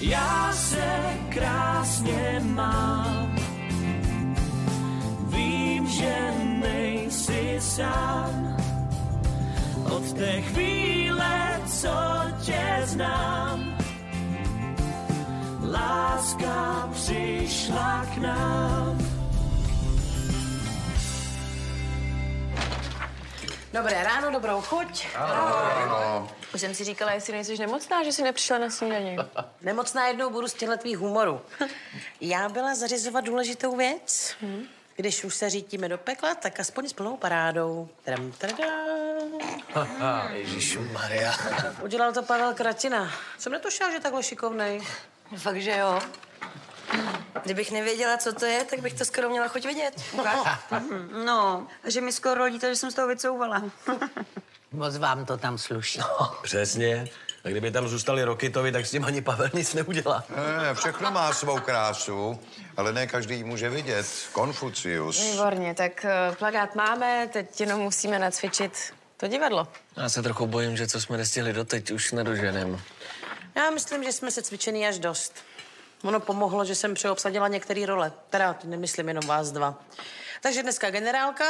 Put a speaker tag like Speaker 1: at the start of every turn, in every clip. Speaker 1: Já se krásně mám, vím, že nejsi sám. Od té chvíle, co tě znám, láska přišla k nám.
Speaker 2: Dobré ráno, dobrou chuť.
Speaker 3: Už jsem si říkala, jestli nejsi nemocná, že jsi nepřišla na snídaně.
Speaker 2: Nemocná jednou budu z těchto tvých humorů. Já byla zařizovat důležitou věc.
Speaker 3: Mhm.
Speaker 2: Když už se řítíme do pekla, tak aspoň s plnou parádou. Tram, tradá.
Speaker 4: Ježíšu Maria.
Speaker 2: Udělal to Pavel Kratina. Jsem netušila, že je takhle šikovnej.
Speaker 3: Fakt, že jo. Kdybych nevěděla, co to je, tak bych to skoro měla chuť vidět.
Speaker 5: No, že mi skoro rodíte, že jsem z toho vycouvala.
Speaker 6: Moc vám to tam sluší.
Speaker 4: Přesně. A kdyby tam zůstali Rokitovi, tak s tím ani Pavel nic neudělá.
Speaker 7: Ne, ne, všechno má svou krásu, ale ne každý ji může vidět. Konfucius.
Speaker 3: Výborně, tak eh, plagát máme, teď jenom musíme nacvičit to divadlo.
Speaker 4: Já se trochu bojím, že co jsme nestihli doteď, už nedoženem.
Speaker 2: Já myslím, že jsme se cvičený až dost. Ono pomohlo, že jsem přeobsadila některé role. Teda to nemyslím jenom vás dva. Takže dneska generálka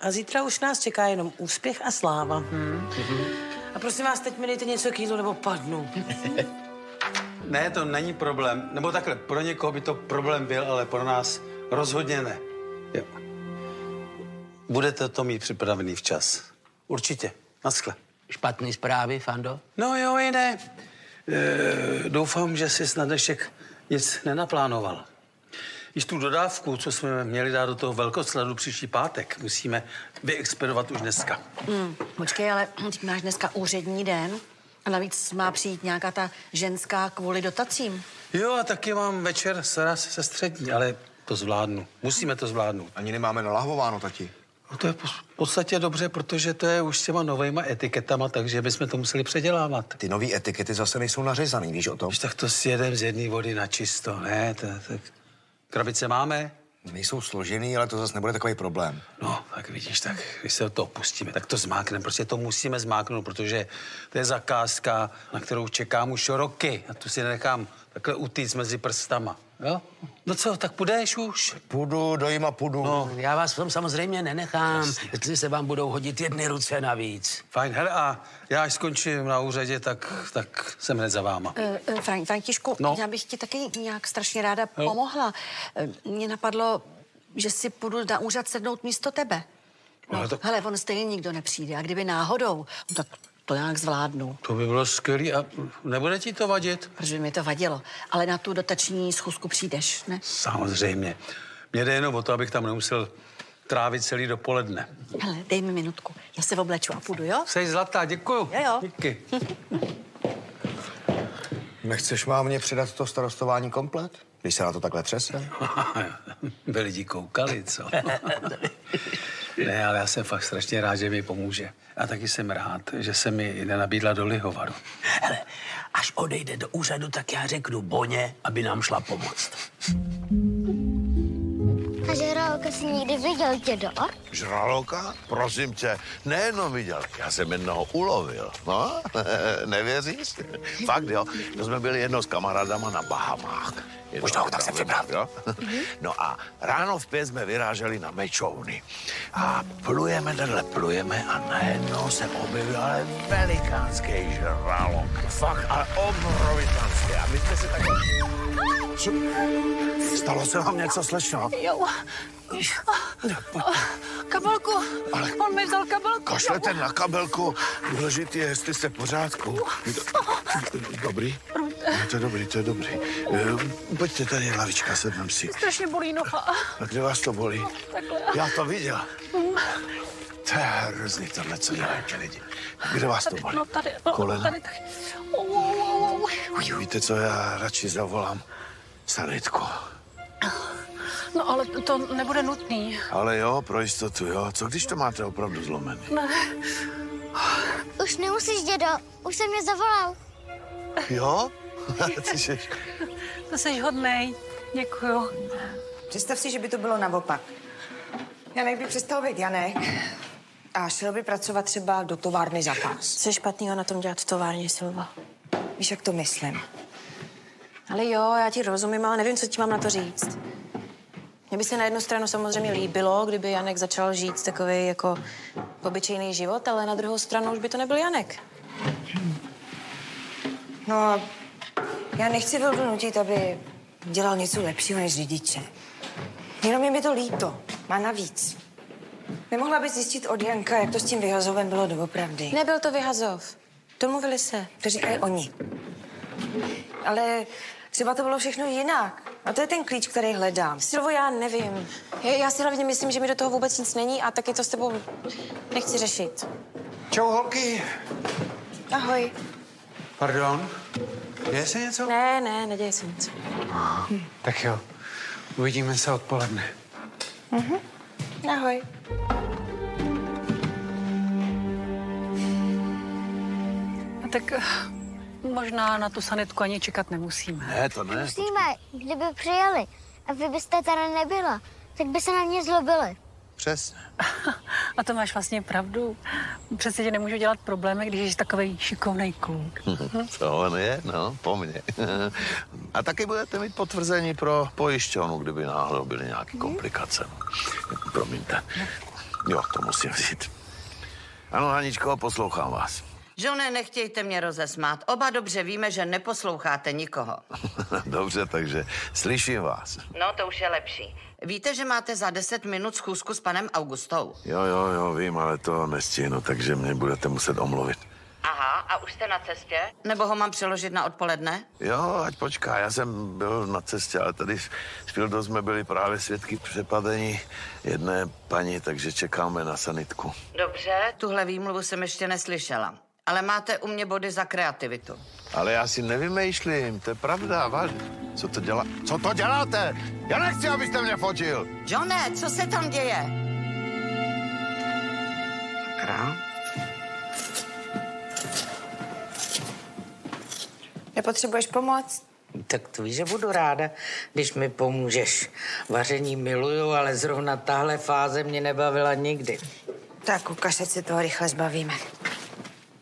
Speaker 2: a zítra už nás čeká jenom úspěch a sláva. A prosím vás, teď mi dejte něco k jídlu nebo padnu.
Speaker 8: Ne, to není problém. Nebo takhle, pro někoho by to problém byl, ale pro nás rozhodně ne. Jo. Budete to mít připravený včas. Určitě. Naschle.
Speaker 6: Špatný zprávy, Fando?
Speaker 8: No jo, i ne. E, doufám, že si snad ještě k- nic nenaplánoval. Již tu dodávku, co jsme měli dát do toho velkosladu příští pátek, musíme vyexpedovat už dneska.
Speaker 9: Hmm. Počkej, ale teď máš dneska úřední den. A navíc má přijít nějaká ta ženská kvůli dotacím.
Speaker 8: Jo, a taky mám večer sraz se střední, ale to zvládnu. Musíme to zvládnout.
Speaker 10: Ani nemáme nalahvováno, tati.
Speaker 8: No to je pos- v podstatě dobře, protože to je už s těma novejma etiketama, takže bychom to museli předělávat.
Speaker 10: Ty nové etikety zase nejsou nařezaný, víš o tom?
Speaker 8: Když tak to s jedem z jedné vody na čisto, ne? To, tak... Krabice máme?
Speaker 10: Nejsou složený, ale to zase nebude takový problém.
Speaker 8: No, tak vidíš, tak když se to opustíme, tak to zmákneme. Prostě to musíme zmáknout, protože to je zakázka, na kterou čekám už roky. A tu si nenechám takhle utíct mezi prstama. Jo? No co, tak půjdeš už?
Speaker 10: Půjdu, dojím a půjdu. No.
Speaker 6: Já vás v tom samozřejmě nenechám, jestli se vám budou hodit jedny ruce navíc.
Speaker 8: Fajn, hele, a já až skončím na úřadě, tak, tak jsem hned za váma.
Speaker 9: E, e, Fran- Františku,
Speaker 8: No.
Speaker 9: no. já bych ti taky nějak strašně ráda pomohla. E, Mně napadlo, že si půjdu na úřad sednout místo tebe.
Speaker 8: Ale
Speaker 9: No,
Speaker 8: to-
Speaker 9: to... Hele, on stejně nikdo nepřijde. A kdyby náhodou, no tak to nějak zvládnu.
Speaker 8: To by bylo skvělé a nebude ti to vadit?
Speaker 9: Protože by mi to vadilo. Ale na tu dotační schůzku přijdeš, ne?
Speaker 8: Samozřejmě. Mně jde jenom o to, abych tam nemusel trávit celý dopoledne.
Speaker 9: Hele, dej mi minutku. Já se obleču a půjdu, jo?
Speaker 8: Jsi zlatá, děkuju.
Speaker 9: Jo, Hm, jo.
Speaker 8: Díky.
Speaker 10: Nechceš má mě předat to starostování komplet? Když se na to takhle třese?
Speaker 8: By lidi koukali, co? ne, ale já jsem fakt strašně rád, že mi pomůže. A taky jsem rád, že se mi nenabídla do lihovaru.
Speaker 6: Hele, až odejde do úřadu, tak já řeknu Boně, aby nám šla pomoct.
Speaker 11: A žraloka si někdy viděl, dědo?
Speaker 7: Žraloka? Prosím tě, nejenom viděl, já jsem jednoho ulovil. No, nevěříš? Fakt jo, to jsme byli jednou s kamarádama na Bahamách. Jednou
Speaker 10: Už to, tak jsem
Speaker 7: kamarádama, jo? No a ráno v pět jsme vyráželi na mečovny. A plujeme, tenhle plujeme a najednou se objevil ale velikánský žralok. Fakt, ale obrovitánský. A my jsme si tak... Co? Stalo se vám něco slečno?
Speaker 9: Jo. Kabelku. Ale... On mi vzal kabelku.
Speaker 7: Kašlete na kabelku. Důležitý je, jestli jste v pořádku. Je to- Dobrý? No, to je dobrý, to je dobrý. Eh, Pojďte tady, lavička, sednem si.
Speaker 9: Strašně bolí noha. Mm.
Speaker 7: A kde vás to bolí? Já to viděl. To je hrozný tohle, co děláte lidi. Kde vás to bolí?
Speaker 9: No, tady,
Speaker 7: Kolena?
Speaker 9: tak. Ou, ou, ou, ou.
Speaker 7: Víte co, já radši zavolám sanitku.
Speaker 9: No ale to nebude nutný.
Speaker 7: Ale jo, pro jistotu, jo. Co když to máte opravdu zlomený?
Speaker 11: Už nemusíš, dědo, už jsem mě zavolal.
Speaker 7: Jo? Ty jsi...
Speaker 5: To jsi hodnej. Děkuju.
Speaker 3: Představ si, že by to bylo naopak. Janek by přestal být Janek a šel by pracovat třeba do továrny za pás. Co je špatného na tom dělat v továrně, Silva? Víš, jak to myslím.
Speaker 5: Ale jo, já ti rozumím, ale nevím, co ti mám na to říct. Mně by se na jednu stranu samozřejmě líbilo, kdyby Janek začal žít takový jako obyčejný život, ale na druhou stranu už by to nebyl Janek. No a já nechci Vildu nutit, aby dělal něco lepšího než řidiče. Jenom je mi to líto. Má navíc. Nemohla by zjistit od Janka, jak to s tím vyhazovem bylo doopravdy. Nebyl to vyhazov. Domluvili se. To říkají oni. Ale třeba to bylo všechno jinak. A to je ten klíč, který hledám. Silvo, já nevím. Já, já si hlavně myslím, že mi do toho vůbec nic není a taky to s tebou nechci řešit.
Speaker 12: Čau, holky.
Speaker 5: Ahoj.
Speaker 12: Pardon? Děje se něco?
Speaker 5: Ne, ne, neděje se nic. Hm.
Speaker 12: Tak jo. Uvidíme se odpoledne.
Speaker 5: Mhm. Ahoj.
Speaker 13: No tak eh, možná na tu sanitku ani čekat nemusíme.
Speaker 7: Ne, to ne.
Speaker 11: Musíme, kdyby přijeli a vy byste tady nebyla, tak by se na mě zlobili.
Speaker 12: Přesně.
Speaker 13: A to máš vlastně pravdu. Přece ti nemůžu dělat problémy, když jsi takový šikovný kluk.
Speaker 7: Co on Mhm. je? No, po mně. A taky budete mít potvrzení pro pojišťovnu, kdyby náhodou byly nějaké komplikace. Promiňte. Jo, to musím vzít. Ano, Haničko, poslouchám vás.
Speaker 14: Žone, nechtějte mě rozesmát. Oba dobře víme, že neposloucháte nikoho.
Speaker 7: Dobře, takže slyším vás.
Speaker 14: No, to už je lepší. Víte, že máte za 10 minut schůzku s panem Augustou?
Speaker 7: Jo, jo, jo, vím, ale to nestihnu, takže mě budete muset omluvit.
Speaker 14: Aha, a už jste na cestě? Nebo ho mám přeložit na odpoledne?
Speaker 7: Jo, ať počká, já jsem byl na cestě, ale tady s s Fildou jsme byli právě svědky přepadení jedné paní, takže čekáme na sanitku.
Speaker 14: Dobře, tuhle výmluvu jsem ještě neslyšela. Ale máte u mě body za kreativitu.
Speaker 7: Ale já si nevymýšlím, to je pravda, Val. Co to dělá? Co to děláte? Já nechci, abyste mě fotil.
Speaker 14: Johne, co se tam děje?
Speaker 7: Krám?
Speaker 5: Nepotřebuješ pomoc?
Speaker 15: No, Tak to víš, že budu ráda, když mi pomůžeš. Vaření miluju, ale zrovna tahle fáze mě nebavila nikdy.
Speaker 5: Tak ukaž, ať se toho rychle zbavíme.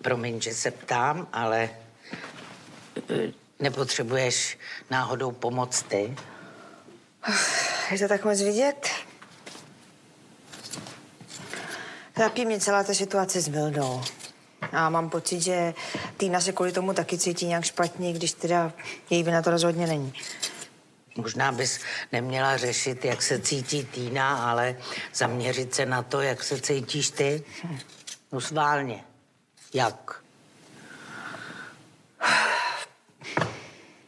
Speaker 15: Promiň, že se ptám, ale eh, nepotřebuješ náhodou pomoc ty?
Speaker 5: Je to tak moc vidět? Trápí mě celá ta situace s Vildou. A mám pocit, že Týna se kvůli tomu taky cítí nějak špatně, když teda její vina to rozhodně není.
Speaker 15: Možná bys neměla řešit, jak se cítí Týna, ale zaměřit se na to, jak se cítíš ty. No sválně. Jak?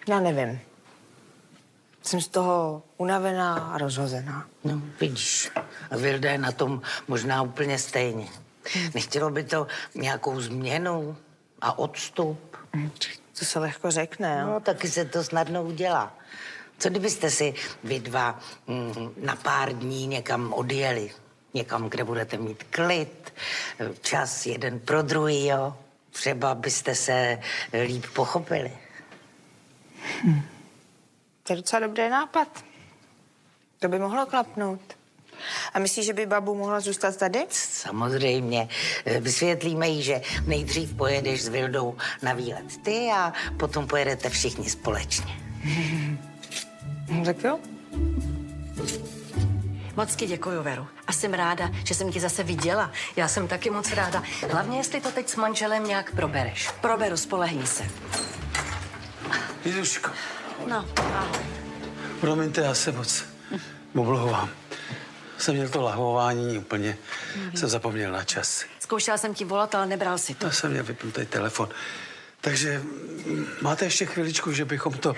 Speaker 5: Já nevím. Jsem z toho unavená a rozhozená.
Speaker 15: No, vidíš. A Vilda je na tom možná úplně stejně. Nechtělo by to nějakou změnu a odstup?
Speaker 5: Mm, To se lehko řekne,
Speaker 15: No, taky se to snadno udělá. Co kdybyste si vy dva mm, na pár dní někam odjeli? Někam, kde budete mít klid, čas jeden pro druhý, jo? Třeba byste se líp pochopili.
Speaker 5: Hm. To je docela dobrý nápad. To by mohlo klapnout. A myslíš, že by babu mohla zůstat tady?
Speaker 15: Samozřejmě. Eh, Vysvětlíme jí, že nejdřív pojedeš s Vildou na výlet ty a potom pojedete všichni společně.
Speaker 5: No, Tak jo.
Speaker 16: Moc ti děkuji, Veru. A jsem ráda, že jsem ti zase viděla. Já jsem taky moc ráda. Hlavně, jestli to teď s manželem nějak probereš. Proberu, spolehni se.
Speaker 8: Jiduško,
Speaker 16: No, ahoj.
Speaker 8: promiňte, já se moc omlouvám. Jsem měl to lahování úplně.
Speaker 6: Mhm.
Speaker 8: Jsem zapomněl na čas.
Speaker 16: Zkoušela jsem ti volat, ale nebral si to.
Speaker 8: Já jsem měl vypnutý telefon. Takže mm, máte ještě chviličku, že bychom to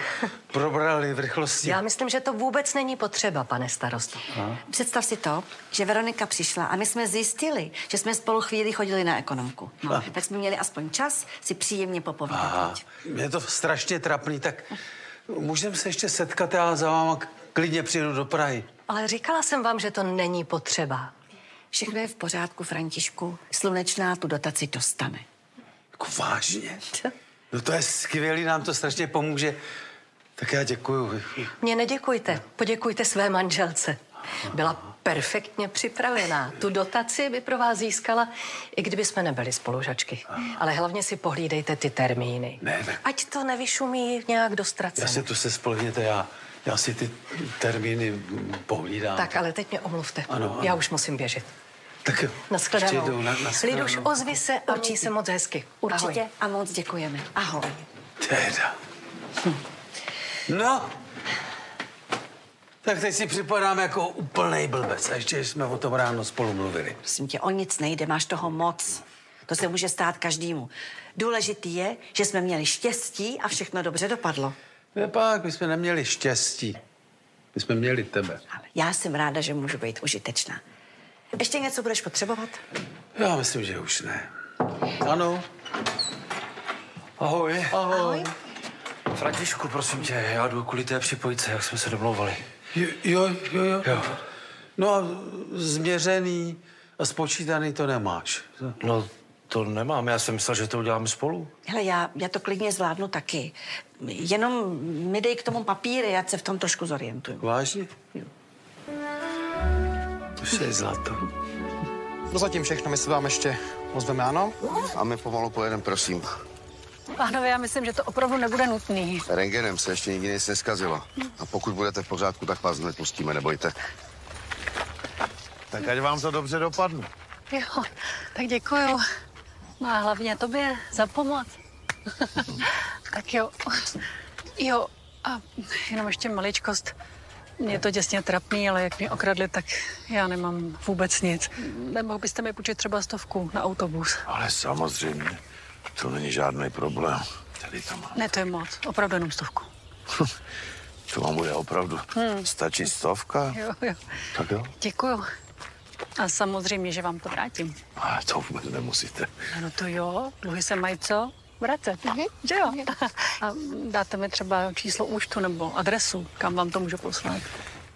Speaker 8: probrali v rychlosti.
Speaker 16: Já myslím, že to vůbec není potřeba, pane starosto.
Speaker 8: A?
Speaker 16: Představ si to, že Veronika přišla a my jsme zjistili, že jsme spolu chvíli chodili na ekonomku. No,
Speaker 8: A.
Speaker 16: tak jsme měli aspoň čas si příjemně popovídat.
Speaker 8: Aha, je to strašně trapný, tak můžeme se ještě setkat, já za váma k- klidně přijedu do Prahy.
Speaker 16: Ale říkala jsem vám, že to není potřeba. Všechno je v pořádku, Františku. Slunečná tu dotaci dostane.
Speaker 8: Jako vážně? No to je skvělý, nám to strašně pomůže. Tak já děkuju.
Speaker 16: Mně neděkujte, poděkujte své manželce. Byla perfektně připravená. Tu dotaci by pro vás získala, i kdyby jsme nebyli spolužačky. Ale hlavně si pohlídejte ty termíny.
Speaker 8: Ne, tak
Speaker 16: Ať to nevyšumí nějak do ztracena.
Speaker 8: já se tu se spolehněte, já, já si ty termíny pohlídám.
Speaker 16: Tak, ale teď mě omluvte.
Speaker 8: Ano, ano.
Speaker 16: Já už musím běžet.
Speaker 8: tak ještě jednou
Speaker 16: Naschledanou.
Speaker 8: na, na
Speaker 16: Liduš, ozvi se a učí se moc hezky.
Speaker 17: Určitě
Speaker 16: Ahoj.
Speaker 17: a moc děkujeme.
Speaker 16: Ahoj.
Speaker 8: Teda. No. Tak teď si připadám jako úplnej blbec. A ještě jsme o tom ráno spolu mluvili.
Speaker 17: Prosím tě, o nic nejde, máš toho moc. To se může stát každému. Důležitý je, že jsme měli štěstí a všechno dobře dopadlo.
Speaker 8: Ne pak, my jsme neměli štěstí. My jsme měli tebe.
Speaker 17: Já jsem ráda, že můžu být užitečná. Ještě něco budeš potřebovat?
Speaker 8: Já myslím, že už ne. Ano. Ahoj.
Speaker 17: Ahoj.
Speaker 4: Františku, prosím tě, já jdu kvůli té připojce, jak jsme se domlouvali.
Speaker 8: Jo, jo, jo. jo. No a změřený a spočítaný to nemáš.
Speaker 4: No, to nemám, já jsem myslel, že to uděláme spolu.
Speaker 17: Hele, já, já to klidně zvládnu taky. Jenom mi dej k tomu papíry, já se v tom trošku zorientuju.
Speaker 8: Vážně? To je zlato.
Speaker 18: No zatím všechno, my se vám ještě ozveme, ano? A my pomalu pojedeme, prosím.
Speaker 13: Pánové, já myslím, že to opravdu nebude nutný.
Speaker 18: Rengenem se ještě nikdy nic neskazilo. A pokud budete v pořádku, tak vás nepustíme, nebojte.
Speaker 7: Tak ať vám to dobře dopadne.
Speaker 13: Jo, tak děkuju. No a hlavně tobě za pomoc. tak jo. Jo, a jenom ještě maličkost. Mě je to děsně trapný, ale jak mě okradli, tak já nemám vůbec nic. Nemohl byste mi půjčit třeba stovku na autobus?
Speaker 7: Ale samozřejmě, to není žádný problém. Tady to má.
Speaker 13: Ne, to je moc. Opravdu jenom stovku.
Speaker 7: To vám bude opravdu.
Speaker 13: Hmm.
Speaker 7: Stačí stovka?
Speaker 13: Jo, jo.
Speaker 7: Tak jo.
Speaker 13: Děkuju. A samozřejmě, že vám to vrátím.
Speaker 7: Ale to vůbec nemusíte.
Speaker 13: No to jo, dluhy se mají co vracet, že jo? A dáte mi třeba číslo účtu nebo adresu, kam vám to můžu poslat.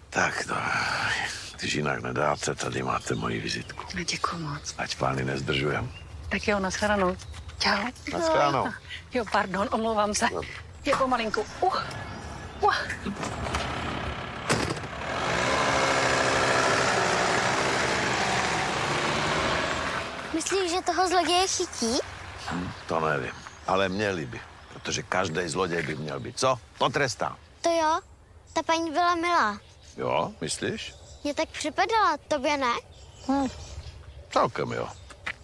Speaker 7: Tak to, když jinak nedáte, tady máte moji vizitku.
Speaker 13: No, Děkuji moc.
Speaker 7: Ať pány nezdržujem.
Speaker 13: Tak jo, nashledanou. Čau.
Speaker 7: Nashledanou.
Speaker 13: Jo, pardon, omlouvám se. Je pomalinku. Uh. Uh.
Speaker 11: Myslíš, že toho zloděje chytí?
Speaker 7: Hm, to nevím, ale měli by. Protože každý zloděj by měl být, co? Potrestán.
Speaker 11: To jo, ta paní byla milá.
Speaker 7: Jo, myslíš?
Speaker 11: Mě tak připadala, tobě ne? Hm.
Speaker 7: Celkem jo.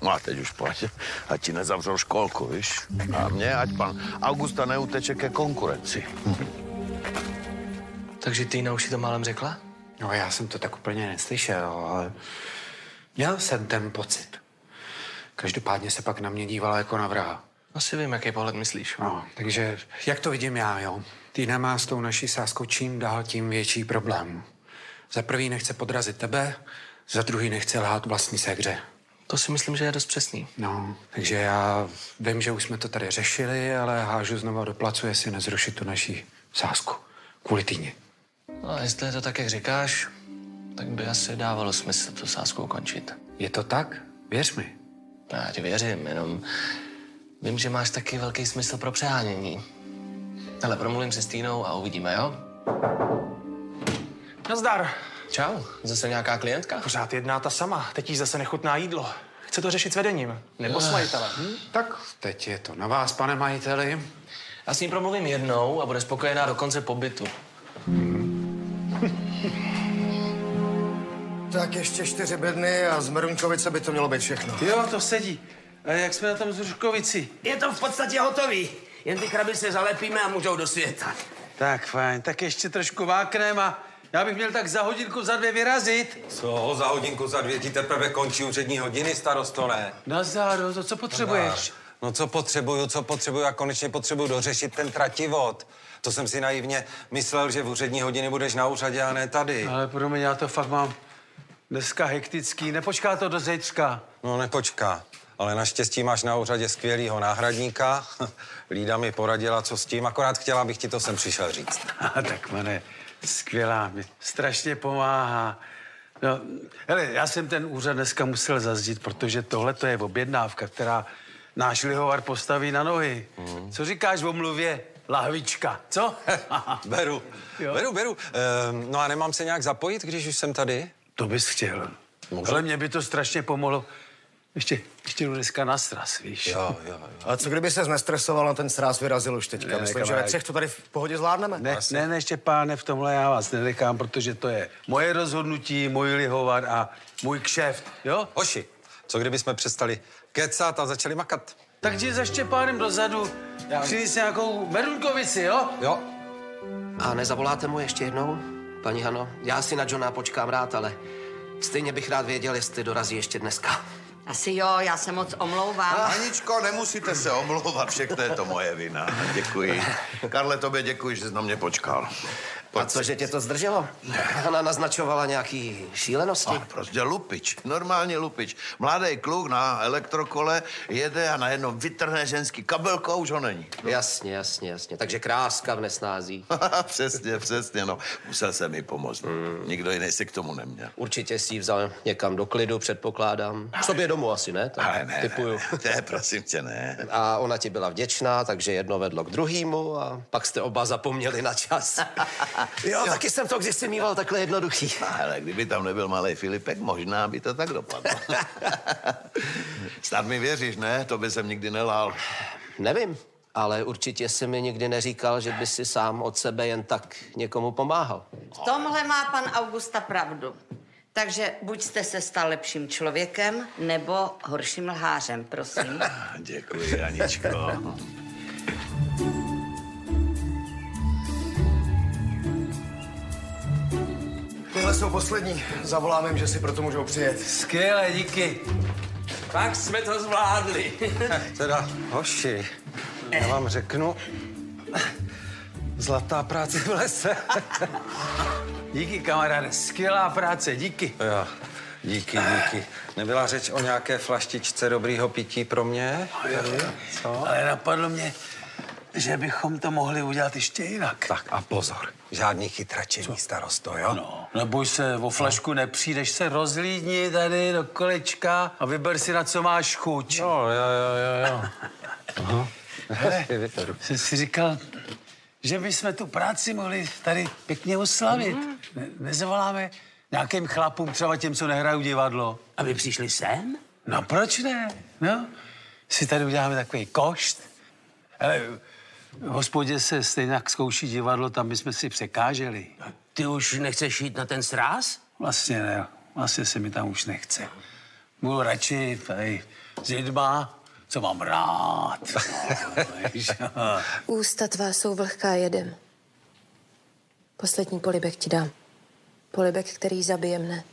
Speaker 7: No a teď už pojď, ať ti nezavřou školku, víš? A mě, ať pan Augusta neuteče ke konkurenci.
Speaker 4: Takže ty na uši to málem řekla?
Speaker 12: No já jsem to tak úplně neslyšel, ale měl jsem ten pocit. Každopádně se pak na mě dívala jako na vraha.
Speaker 4: Asi vím, jaký pohled myslíš.
Speaker 12: No, takže jak to vidím já, jo? Týna má s tou naší sáskou čím dál tím větší problém. Za prvý nechce podrazit tebe, za druhý nechce lhát vlastní sekře.
Speaker 4: To si myslím, že je dost přesný.
Speaker 12: No, takže já vím, že už jsme to tady řešili, ale hážu znova do placu, jestli nezrušit tu naší sásku. Kvůli týně.
Speaker 4: No a jestli je to tak, jak říkáš, tak by asi dávalo smysl tu sázku ukončit. No,
Speaker 12: Je to tak? Věř mi.
Speaker 4: Já ti věřím, jenom vím, že máš taky velký smysl pro přehánění. Ale promluvím se s Týnou a uvidíme, jo?
Speaker 19: Nazdar.
Speaker 4: Čau, zase nějaká klientka?
Speaker 19: Pořád jedná ta sama, teď jí zase nechutná jídlo. Chce to řešit s vedením, nebo s
Speaker 4: Ech.
Speaker 19: majitelem. Hm?
Speaker 12: Tak teď je to na vás, pane majiteli.
Speaker 4: Já s ním promluvím jednou a bude spokojená do konce pobytu.
Speaker 18: Tak ještě čtyři bedny a z Mrunkovice by to mělo být všechno.
Speaker 8: Jo, to sedí. A jak jsme na tom s Ruškovici?
Speaker 6: Je to v podstatě hotový. Jen ty krabice zalepíme a můžou do světa.
Speaker 8: Tak fajn, tak ještě trošku váknem a já bych měl tak za hodinku, za dvě vyrazit.
Speaker 20: Co, za hodinku, za dvě ti teprve končí úřední hodiny, starosto, ne?
Speaker 8: Nazdáro, to co potřebuješ?
Speaker 20: No co potřebuju, co potřebuju, já konečně potřebuju dořešit ten trativod. To jsem si naivně myslel, že v úřední hodiny budeš na úřadě a ne tady.
Speaker 8: Ale promiň, já to fakt mám dneska hektický. Nepočká to do zítřka.
Speaker 20: No nepočká. Ale naštěstí máš na úřadě skvělýho náhradníka. Lída mi poradila, co s tím, akorát chtěla, abych ti to sem přišel říct.
Speaker 8: A tak, mane, skvělá mi. Strašně pomáhá. No, hele, já jsem ten úřad dneska musel zazdít, protože tohle Mhm. to je objednávka, která náš lihovar postaví na nohy. Co říkáš o mluvě? lahvička, co?
Speaker 20: beru, beru, beru. Ehm, no a nemám se nějak zapojit, když už jsem tady?
Speaker 8: To bys chtěl. Ale mě by to strašně pomohlo. Ještě, ještě jdu dneska na sraz, víš?
Speaker 20: Jo, jo, jo.
Speaker 10: A co kdyby se nestresoval na ten sráz vyrazil už teďka?
Speaker 8: Ne,
Speaker 10: Myslím, že
Speaker 8: kamarádi.
Speaker 10: ve třech to tady v pohodě zvládneme.
Speaker 8: Ne, ne, ne, ještě páne, v tomhle já vás nenechám, protože to je moje rozhodnutí, můj lihovar a můj kšeft, jo?
Speaker 20: Hoši, co kdyby jsme přestali kecat a začali makat?
Speaker 8: Tak jdi za Štěpánem dozadu,
Speaker 20: Já-
Speaker 8: přines nějakou merunkovici, jo?
Speaker 20: Jo.
Speaker 21: A nezavoláte mu ještě jednou? Paní Hano, já si na Johna počkám rád, ale stejně bych rád věděl, jestli dorazí ještě dneska.
Speaker 22: Asi jo, já se moc omlouvám.
Speaker 21: Ah.
Speaker 7: Aničko, nemusíte se omlouvat, všechno je to moje vina. Děkuji. Karle, tobě děkuji, že jsi na mě počkal.
Speaker 21: A co, že tě to zdrželo? Hana naznačovala nějaký šílenosti.
Speaker 7: A prostě lupič, normálně lupič. Mladý kluk na elektrokole jede a najednou vytrhne ženský kabelko a už ho není.
Speaker 21: Jasně, jasně, jasně. Takže kráska v nesnází.
Speaker 7: přesně, přesně, no. Musel jsem mi pomoct. Nikdo jiný si k tomu neměl.
Speaker 21: Hmm. Určitě si ji vzal někam do klidu, předpokládám. K sobě domů asi, ne? Tak
Speaker 7: Ale ne,
Speaker 21: typuju.
Speaker 7: Ne, ne, prosím tě, ne.
Speaker 21: A ona ti byla vděčná, takže jedno vedlo k druhému a pak jste oba zapomněli na čas. Jo, taky jsem to kdysi mýval takhle jednoduchý.
Speaker 7: Ale kdyby tam nebyl malý Filipek, možná by to tak dopadlo. Snad mi věříš, ne? To by jsem nikdy nelhal.
Speaker 21: Nevím, ale určitě jsi mi nikdy neříkal, že by si sám od sebe jen tak někomu pomáhal.
Speaker 14: V tomhle má pan Augusta pravdu. Takže buď jste se stal lepším člověkem, nebo horším lhářem, prosím.
Speaker 7: Děkuji, Aničko.
Speaker 10: Tyhle jsou poslední. Zavolám jim, že si proto můžou přijet.
Speaker 8: Skvěle, díky.
Speaker 6: Tak jsme to zvládli.
Speaker 20: Teda, hoši, já vám řeknu, zlatá práce v lese.
Speaker 8: Díky, kamaráde, skvělá práce, díky.
Speaker 20: Jo, díky, díky. Nebyla řeč o nějaké flaštičce dobrýho pití pro mě?
Speaker 8: Co? Ale napadlo mě, že bychom to mohli udělat ještě jinak.
Speaker 20: Tak a pozor, žádný chytračení starosto, jo?
Speaker 8: No. Neboj se, o flašku nepřijdeš se rozlídni tady do kolečka a vyber si, na co máš chuť. Jo,
Speaker 20: No, jo, jo, jo.
Speaker 8: Aha. Hele, jsem si říkal, že bychom tu práci mohli tady pěkně oslavit. Ne, nezavoláme nějakým chlapům, třeba těm, co nehrajou divadlo. Aby přišli sem? No proč ne? No, si tady uděláme takový košt. Hele, v hospodě se stejně tak zkouší divadlo, tam bychom si překáželi.
Speaker 6: Ty už nechceš jít na ten sráz?
Speaker 8: Vlastně ne, vlastně se mi tam už nechce. Budu radši tady s lidma, co mám rád. No, Víš, jo.
Speaker 3: Ústa tvá jsou vlhká jedem. Poslední polibek ti dám. Polibek, který zabije mne.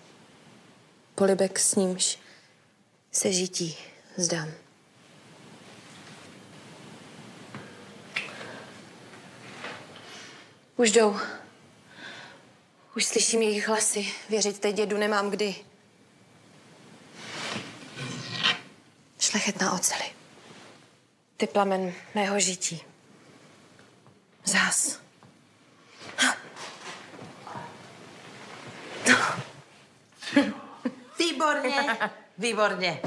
Speaker 3: Polibek s nímž se žití zdám. Už jdou. Už slyším jejich hlasy. Věřit teď dědu nemám kdy. Šlechetná oceli. Ty plamen mého žití. Zás.
Speaker 2: Výborně, výborně.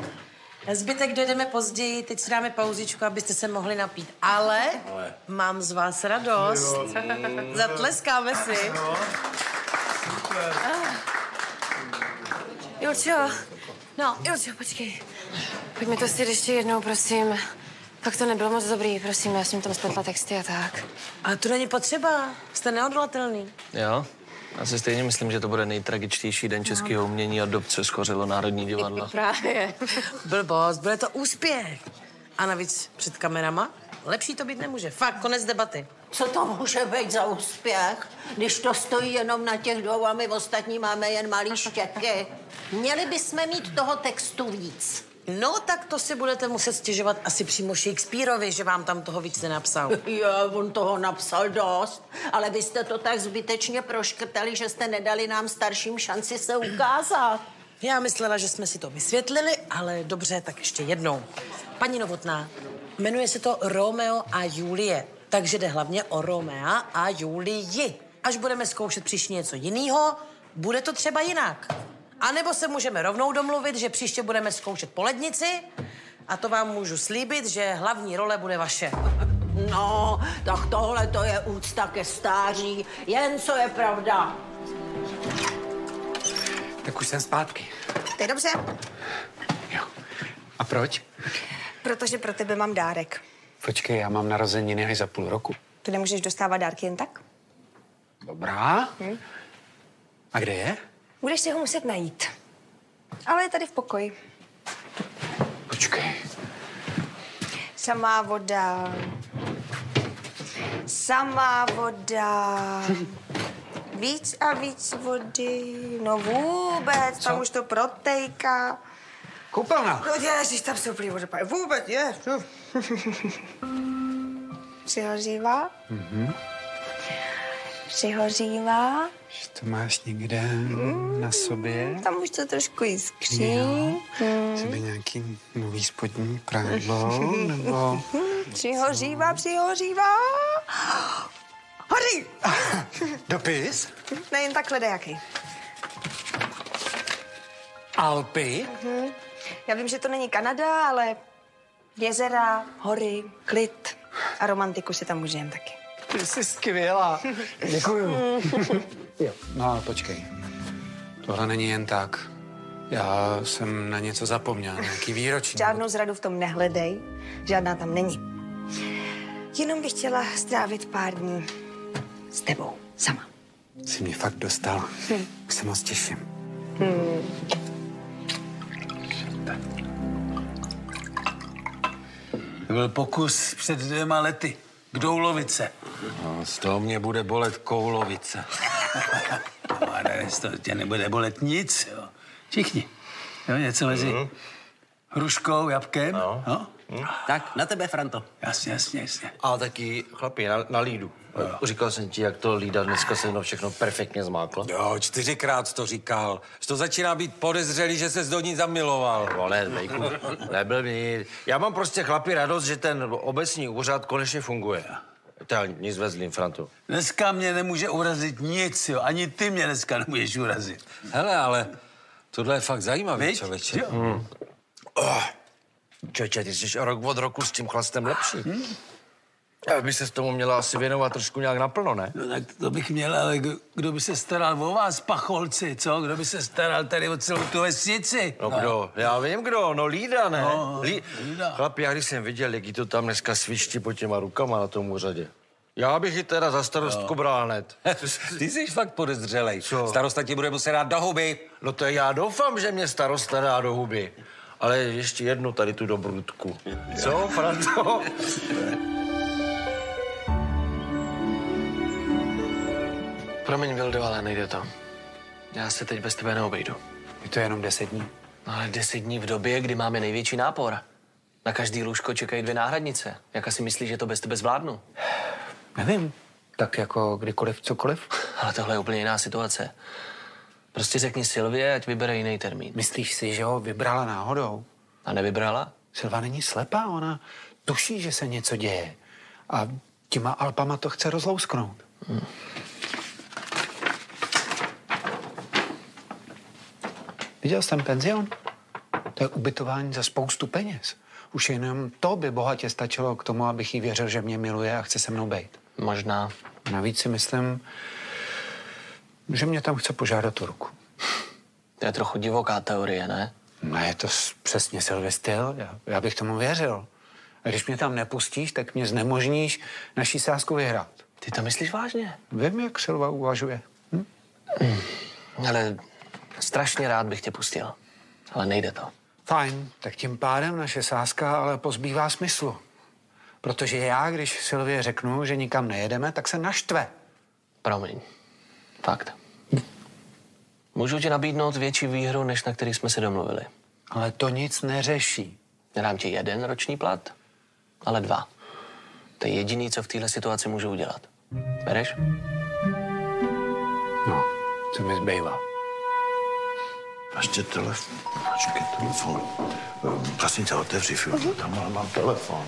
Speaker 2: Zbytek dojdeme později, teď si dáme pauzičku, abyste se mohli napít. Ale,
Speaker 1: Ale.
Speaker 2: mám z vás radost.
Speaker 1: Jo.
Speaker 2: Zatleskáme si.
Speaker 1: No.
Speaker 3: Julčo, no, Julčo, počkej. Pojďme to si ještě jednou, prosím. Pak to nebylo moc dobrý, prosím, já jsem tam spletla texty a tak.
Speaker 2: A to není potřeba, jste neodolatelný.
Speaker 4: Jo? Já si stejně myslím, že to bude nejtragičtější den českého umění od dob, co schořilo Národní divadlo.
Speaker 2: Právě. Blbost, bude to úspěch. A navíc před kamerama lepší to být nemůže. Fakt, konec debaty.
Speaker 23: Co to může být za úspěch, když to stojí jenom na těch dvou a my ostatní máme jen malý štěky? Měli bychom mít toho textu víc.
Speaker 2: No, tak to si budete muset stěžovat asi přímo Shakespeareovi, že vám tam toho víc nenapsal.
Speaker 23: Jo, on toho napsal dost, ale vy jste to tak zbytečně proškrtali, že jste nedali nám starším šanci se ukázat.
Speaker 2: Já myslela, že jsme si to vysvětlili, ale dobře, tak ještě jednou. Paní Novotná, jmenuje se to Romeo a Julie, takže jde hlavně o Romea a Julii. Až budeme zkoušet příště něco jiného, bude to třeba jinak. A nebo se můžeme rovnou domluvit, že příště budeme zkoušet polednici a to vám můžu slíbit, že hlavní role bude vaše.
Speaker 14: No, tak tohle to je úcta ke stáří, jen co je pravda.
Speaker 12: Tak už jsem zpátky.
Speaker 5: To je dobře,
Speaker 12: A proč?
Speaker 5: protože pro tebe mám dárek.
Speaker 12: Počkej, já mám narozeniny až za půl roku.
Speaker 5: Ty nemůžeš dostávat dárky jen tak.
Speaker 12: Dobrá.
Speaker 5: Hm?
Speaker 12: A kde je?
Speaker 5: Budeš si ho muset najít. Ale je tady v pokoji.
Speaker 12: Počkej.
Speaker 5: Samá voda. Samá voda. Víc a víc vody. No vůbec, tam už to protejká.
Speaker 12: Koupelna.
Speaker 5: No ježiš, tam jsou plý vodopády. Vůbec, je. no. Přihořívá,
Speaker 12: Mhm.
Speaker 5: přihořívá.
Speaker 12: To máš někde na sobě.
Speaker 5: Tam už to trošku jiskří.
Speaker 12: Jo.
Speaker 5: Hmm.
Speaker 12: By nějaký nový spodní prádlo, nebo...
Speaker 5: Přihořívá, přihořívá. Hoří!
Speaker 12: Dopis?
Speaker 5: Nejen takhle dejaký.
Speaker 12: Alpy?
Speaker 5: Mhm. Já vím, že to není Kanada, ale jezera, hory, klid a romantiku si tam užijem taky.
Speaker 12: Ty jsi skvělá. Děkuju. Jo. No ale počkej. Tohle není jen tak. Já jsem na něco zapomněl, nějaký výročí.
Speaker 5: Žádnou zradu v tom nehledej, žádná tam není. Jenom bych chtěla strávit pár dní s tebou, sama. Hm.
Speaker 12: Jsi mě fakt dostal. Už se moc těším.
Speaker 5: Hmm.
Speaker 8: To byl pokus před dvěma lety. Kdoulovice.
Speaker 20: No, z toho mě bude bolet koulovice.
Speaker 8: Ale ne, z toho tě nebude bolet nic, jo. Všichni. Jo, něco mezi
Speaker 20: Mhm.
Speaker 8: hruškou, jabkem. No. no?
Speaker 24: Tak, na tebe, Franto.
Speaker 8: Jasně, jasně, jasně.
Speaker 24: A taky, chlapi, na, na lídu. Říkal jsem ti, jak to lída dneska se mnou všechno perfektně zmáklo.
Speaker 20: Jo, čtyřikrát to říkal. Že to začíná být podezřelý, že se do ní zamiloval.
Speaker 24: Vole, Zbejku, No, nebyl mi. Já mám prostě chlapi radost, že ten obecní úřad konečně funguje. To nic ve zlým, Frantu.
Speaker 8: Dneska mě nemůže urazit nic, jo. Ani ty mě dneska nemůžeš urazit.
Speaker 20: Hele, ale tohle je fakt zajímavý,
Speaker 24: Viď?
Speaker 20: člověče.
Speaker 24: Jo. Oh. Čeče, ty jsi rok od roku s tím chlastem lepší. Já bych se s tomu měla asi věnovat trošku nějak naplno, ne?
Speaker 8: No tak to bych měl, ale kdo, kdo by se staral o vás, pacholci, co? Kdo by se staral tady o celou tu vesnici?
Speaker 24: No kdo? Já vím kdo, no Lída, ne?
Speaker 8: No,
Speaker 24: Lí...
Speaker 8: Lída.
Speaker 24: Chlapi, já když jsem viděl, jak jí to tam dneska sviští pod těma rukama na tom úřadě. Já bych ji teda za starostku bral hned.
Speaker 20: No. Ty jsi fakt podezřelej. Co? Starosta ti bude muset dát do huby.
Speaker 24: No to já doufám, že mě starosta dá do huby. Ale ještě jednu tady tu dobrutku. Co, Franto?
Speaker 4: Promiň, Vildo, ale nejde to. Já se teď bez tebe neobejdu.
Speaker 12: Je to jenom deset dní.
Speaker 4: No ale deset dní v době, kdy máme největší nápor. Na každý lůžko čekají dvě náhradnice. Jak asi myslíš, že to bez tebe zvládnu?
Speaker 23: Nevím. Tak jako kdykoliv, cokoliv.
Speaker 4: Ale tohle je úplně jiná situace. Prostě řekni Silvě, ať vybere jiný termín.
Speaker 12: Myslíš si, že ho vybrala náhodou?
Speaker 4: A nevybrala?
Speaker 12: Silva není slepá, ona tuší, že se něco děje. A těma Alpama to chce rozlousknout. Viděl jsi ten penzion? To je ubytování za spoustu peněz. Už jenom to by bohatě stačilo k tomu, abych jí věřil, že mě miluje a chce se mnou být.
Speaker 4: Možná.
Speaker 12: Navíc si myslím, že mě tam chce požádat o ruku.
Speaker 4: To je trochu divoká teorie, ne?
Speaker 12: Ne, No, je to s- přesně Silvi styl. Já, já bych tomu věřil. A když mě tam nepustíš, tak mě znemožníš naší sázku vyhrát.
Speaker 4: Ty to myslíš vážně? Hmm.
Speaker 12: Vím, jak Silva uvažuje. Hm?
Speaker 4: Ale strašně rád bych tě pustil. Ale nejde to.
Speaker 12: Fajn, tak tím pádem naše sázka ale pozbývá smyslu. Protože já, když Silvě řeknu, že nikam nejedeme, tak se naštve.
Speaker 4: Promiň. Fakt. Můžu ti nabídnout větší výhru, než na který jsme se domluvili.
Speaker 12: Ale to nic neřeší.
Speaker 4: Nedám ti jeden roční plat, ale dva. To je jediný, co v téhle situaci můžu udělat. Bereš?
Speaker 12: No, co mi zbývá?
Speaker 7: Ještě telefon. Počkej, telefon. Ehm, Prosím tě, otevři filtr, tam ale mám telefon.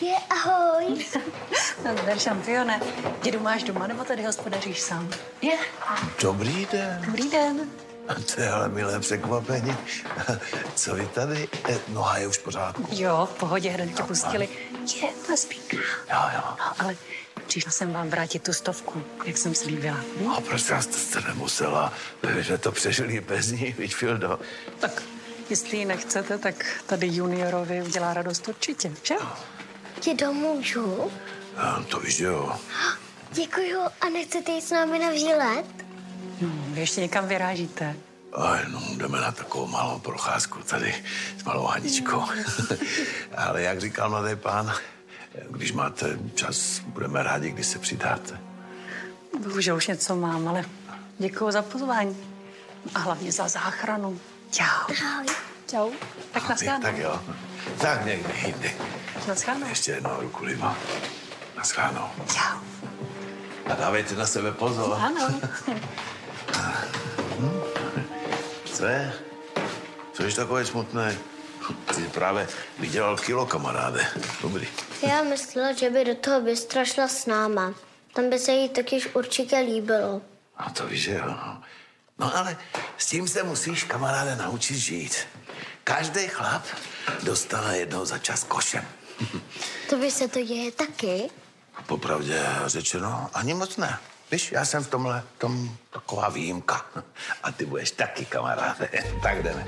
Speaker 11: Je, ahoj.
Speaker 13: Nazdar, šampione. Dědu máš doma, nebo tady hospodaříš sám? Je.
Speaker 7: Dobrý den.
Speaker 13: Dobrý den.
Speaker 7: To je ale milé překvapení. Co vy tady? Eh, Noha je už pořád.
Speaker 13: Jo, v pohodě, hned tě pustili. Je, ta spínka.
Speaker 7: Jo, jo.
Speaker 13: No, ale přišla jsem vám vrátit tu stovku, jak jsem slíbila. Hm?
Speaker 7: A prostě vás to jste nemusela. Vy byste to přežili bez ní, viď, Fildo?
Speaker 13: Tak, jestli ji nechcete, tak tady juniorovi udělá radost určitě, že?
Speaker 11: Tě domůžu.
Speaker 7: Eh, To víš, že jo.
Speaker 11: Děkuju a nechcete jít s námi na výlet?
Speaker 13: No, vy ještě někam vyrážíte.
Speaker 7: A no, jdeme na takovou malou procházku tady s malou Haničkou. Ale jak říkal mladý pán, když máte čas, budeme rádi, když se přidáte.
Speaker 13: Bohužel už něco mám, ale děkuji za pozvání. A hlavně za záchranu. Čau. Čau. Tak
Speaker 7: Tak, tak
Speaker 13: naschánou.
Speaker 7: jo. Tak někdy jindy.
Speaker 13: Naschánou.
Speaker 7: Ještě jednou ruku liba. Naschránou.
Speaker 13: Čau.
Speaker 7: A dávejte na sebe pozor.
Speaker 13: Ano.
Speaker 7: Co je? Co jsi takový smutný? Ty jsi právě vydělal kilo, kamaráde. Dobrý.
Speaker 11: Já myslela, že by do toho bystra šla s náma. Tam by se jí totiž určitě líbilo.
Speaker 7: No to víš, že jo. no. No ale s tím se musíš, kamaráde, naučit žít. Každý chlap dostane jednou za čas košem.
Speaker 11: To by se to děje taky.
Speaker 7: Popravdě řečeno, ani moc ne. Víš, já jsem v tomhle tom taková výjimka. A ty budeš taky, kamaráde. tak jdeme.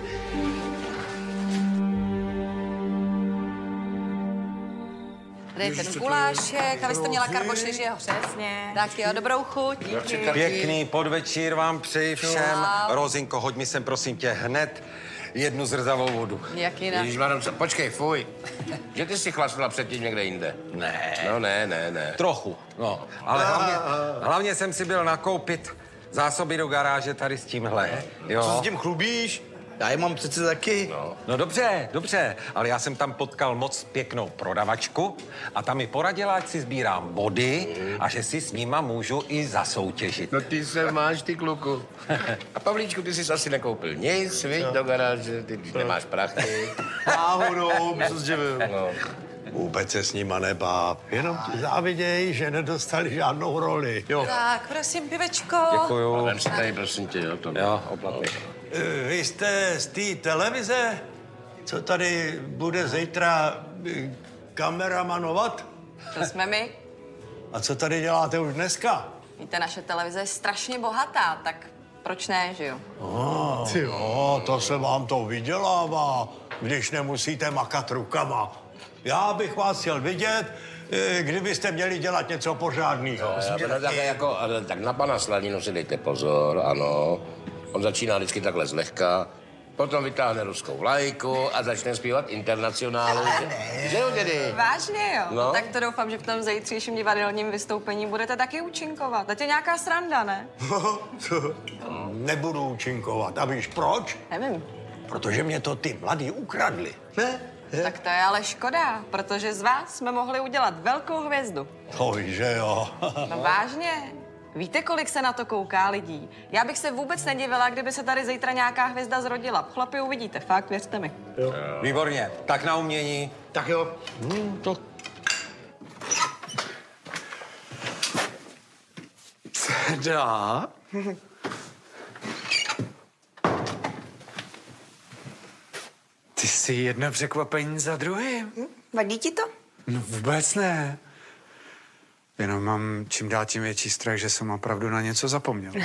Speaker 2: Tady je ten gulášek, abyste měla karbo jeho Přesně. Tak jo, dobrou chuť.
Speaker 20: Pěkný podvečír vám přeji všem.
Speaker 2: Čau.
Speaker 20: Rozinko, hoď mi sem, prosím tě, hned jednu zrzavou vodu.
Speaker 2: Jak jinak.
Speaker 17: Ježišmarja, počkej, fuj. Že ty jsi chlastila předtím někde jinde?
Speaker 20: Ne.
Speaker 17: No ne, ne, ne.
Speaker 20: Trochu, no. Ale
Speaker 17: A-
Speaker 20: hlavně, hlavně jsem si byl nakoupit zásoby do garáže tady s tímhle. Jo.
Speaker 17: Co s
Speaker 20: tím chlubíš? Já je mám přece taky. No. no dobře, dobře, ale já jsem tam potkal moc pěknou prodavačku a ta mi poradila, ať si sbírám body a že si s nima můžu i zasoutěžit.
Speaker 17: No ty se máš, ty kluku. A Pavlíčku, ty jsi asi nekoupil nic, viď, do garáže, ty když nemáš prachy.
Speaker 10: Náhodou, co zdivil.
Speaker 17: No.
Speaker 10: Vůbec se s nima nebáb. Jenom ti záviděj, že nedostali žádnou roli. Jo.
Speaker 2: Tak, prosím, pivečko.
Speaker 10: Děkuju.
Speaker 17: Vem si tady, prosím tě, jo, to
Speaker 20: jo, oplatek.
Speaker 10: Eh, Vy jste z té televize? Co tady bude zítra eh, kameramanovat?
Speaker 2: To jsme my.
Speaker 10: A co tady děláte už dneska?
Speaker 2: Víte, naše televize je strašně bohatá, tak proč ne, že jo?
Speaker 10: Oh, jo, to se vám to vydělává, když nemusíte makat rukama. Já bych vás chtěl vidět, eh, kdybyste měli dělat něco pořádného.
Speaker 17: Ale tak, jako, ale tak na pana Slaninu si dejte pozor, ano. On začíná vždycky takhle zlehka, potom vytáhne ruskou vlajku a začne zpívat internacionálu. že? Že jo, dědy?
Speaker 2: Vážně jo?
Speaker 17: No.
Speaker 2: Tak to doufám, že v tom zítřejším divadelním vystoupení budete taky účinkovat. To je nějaká sranda, ne?
Speaker 10: Nebudu účinkovat. A víš proč?
Speaker 2: Nevím.
Speaker 10: Protože mě to ty mladí ukradli. Ne?
Speaker 2: Tak to je ale škoda, protože z vás jsme mohli udělat velkou hvězdu.
Speaker 10: To víš, že jo.
Speaker 2: No vážně? Víte, kolik se na to kouká lidí? Já bych se vůbec nedivila, kdyby se tady zítra nějaká hvězda zrodila. Chlapi, uvidíte, fakt, věřte mi.
Speaker 20: Jo. Výborně, tak na umění.
Speaker 17: Tak jo.
Speaker 20: Hmm, to...
Speaker 19: Dá. Ty jsi jedno překvapení za druhým.
Speaker 5: Vadí ti to?
Speaker 12: No vůbec ne. Jenom mám čím dál tím větší strach, že jsem opravdu na něco zapomněl.
Speaker 5: No.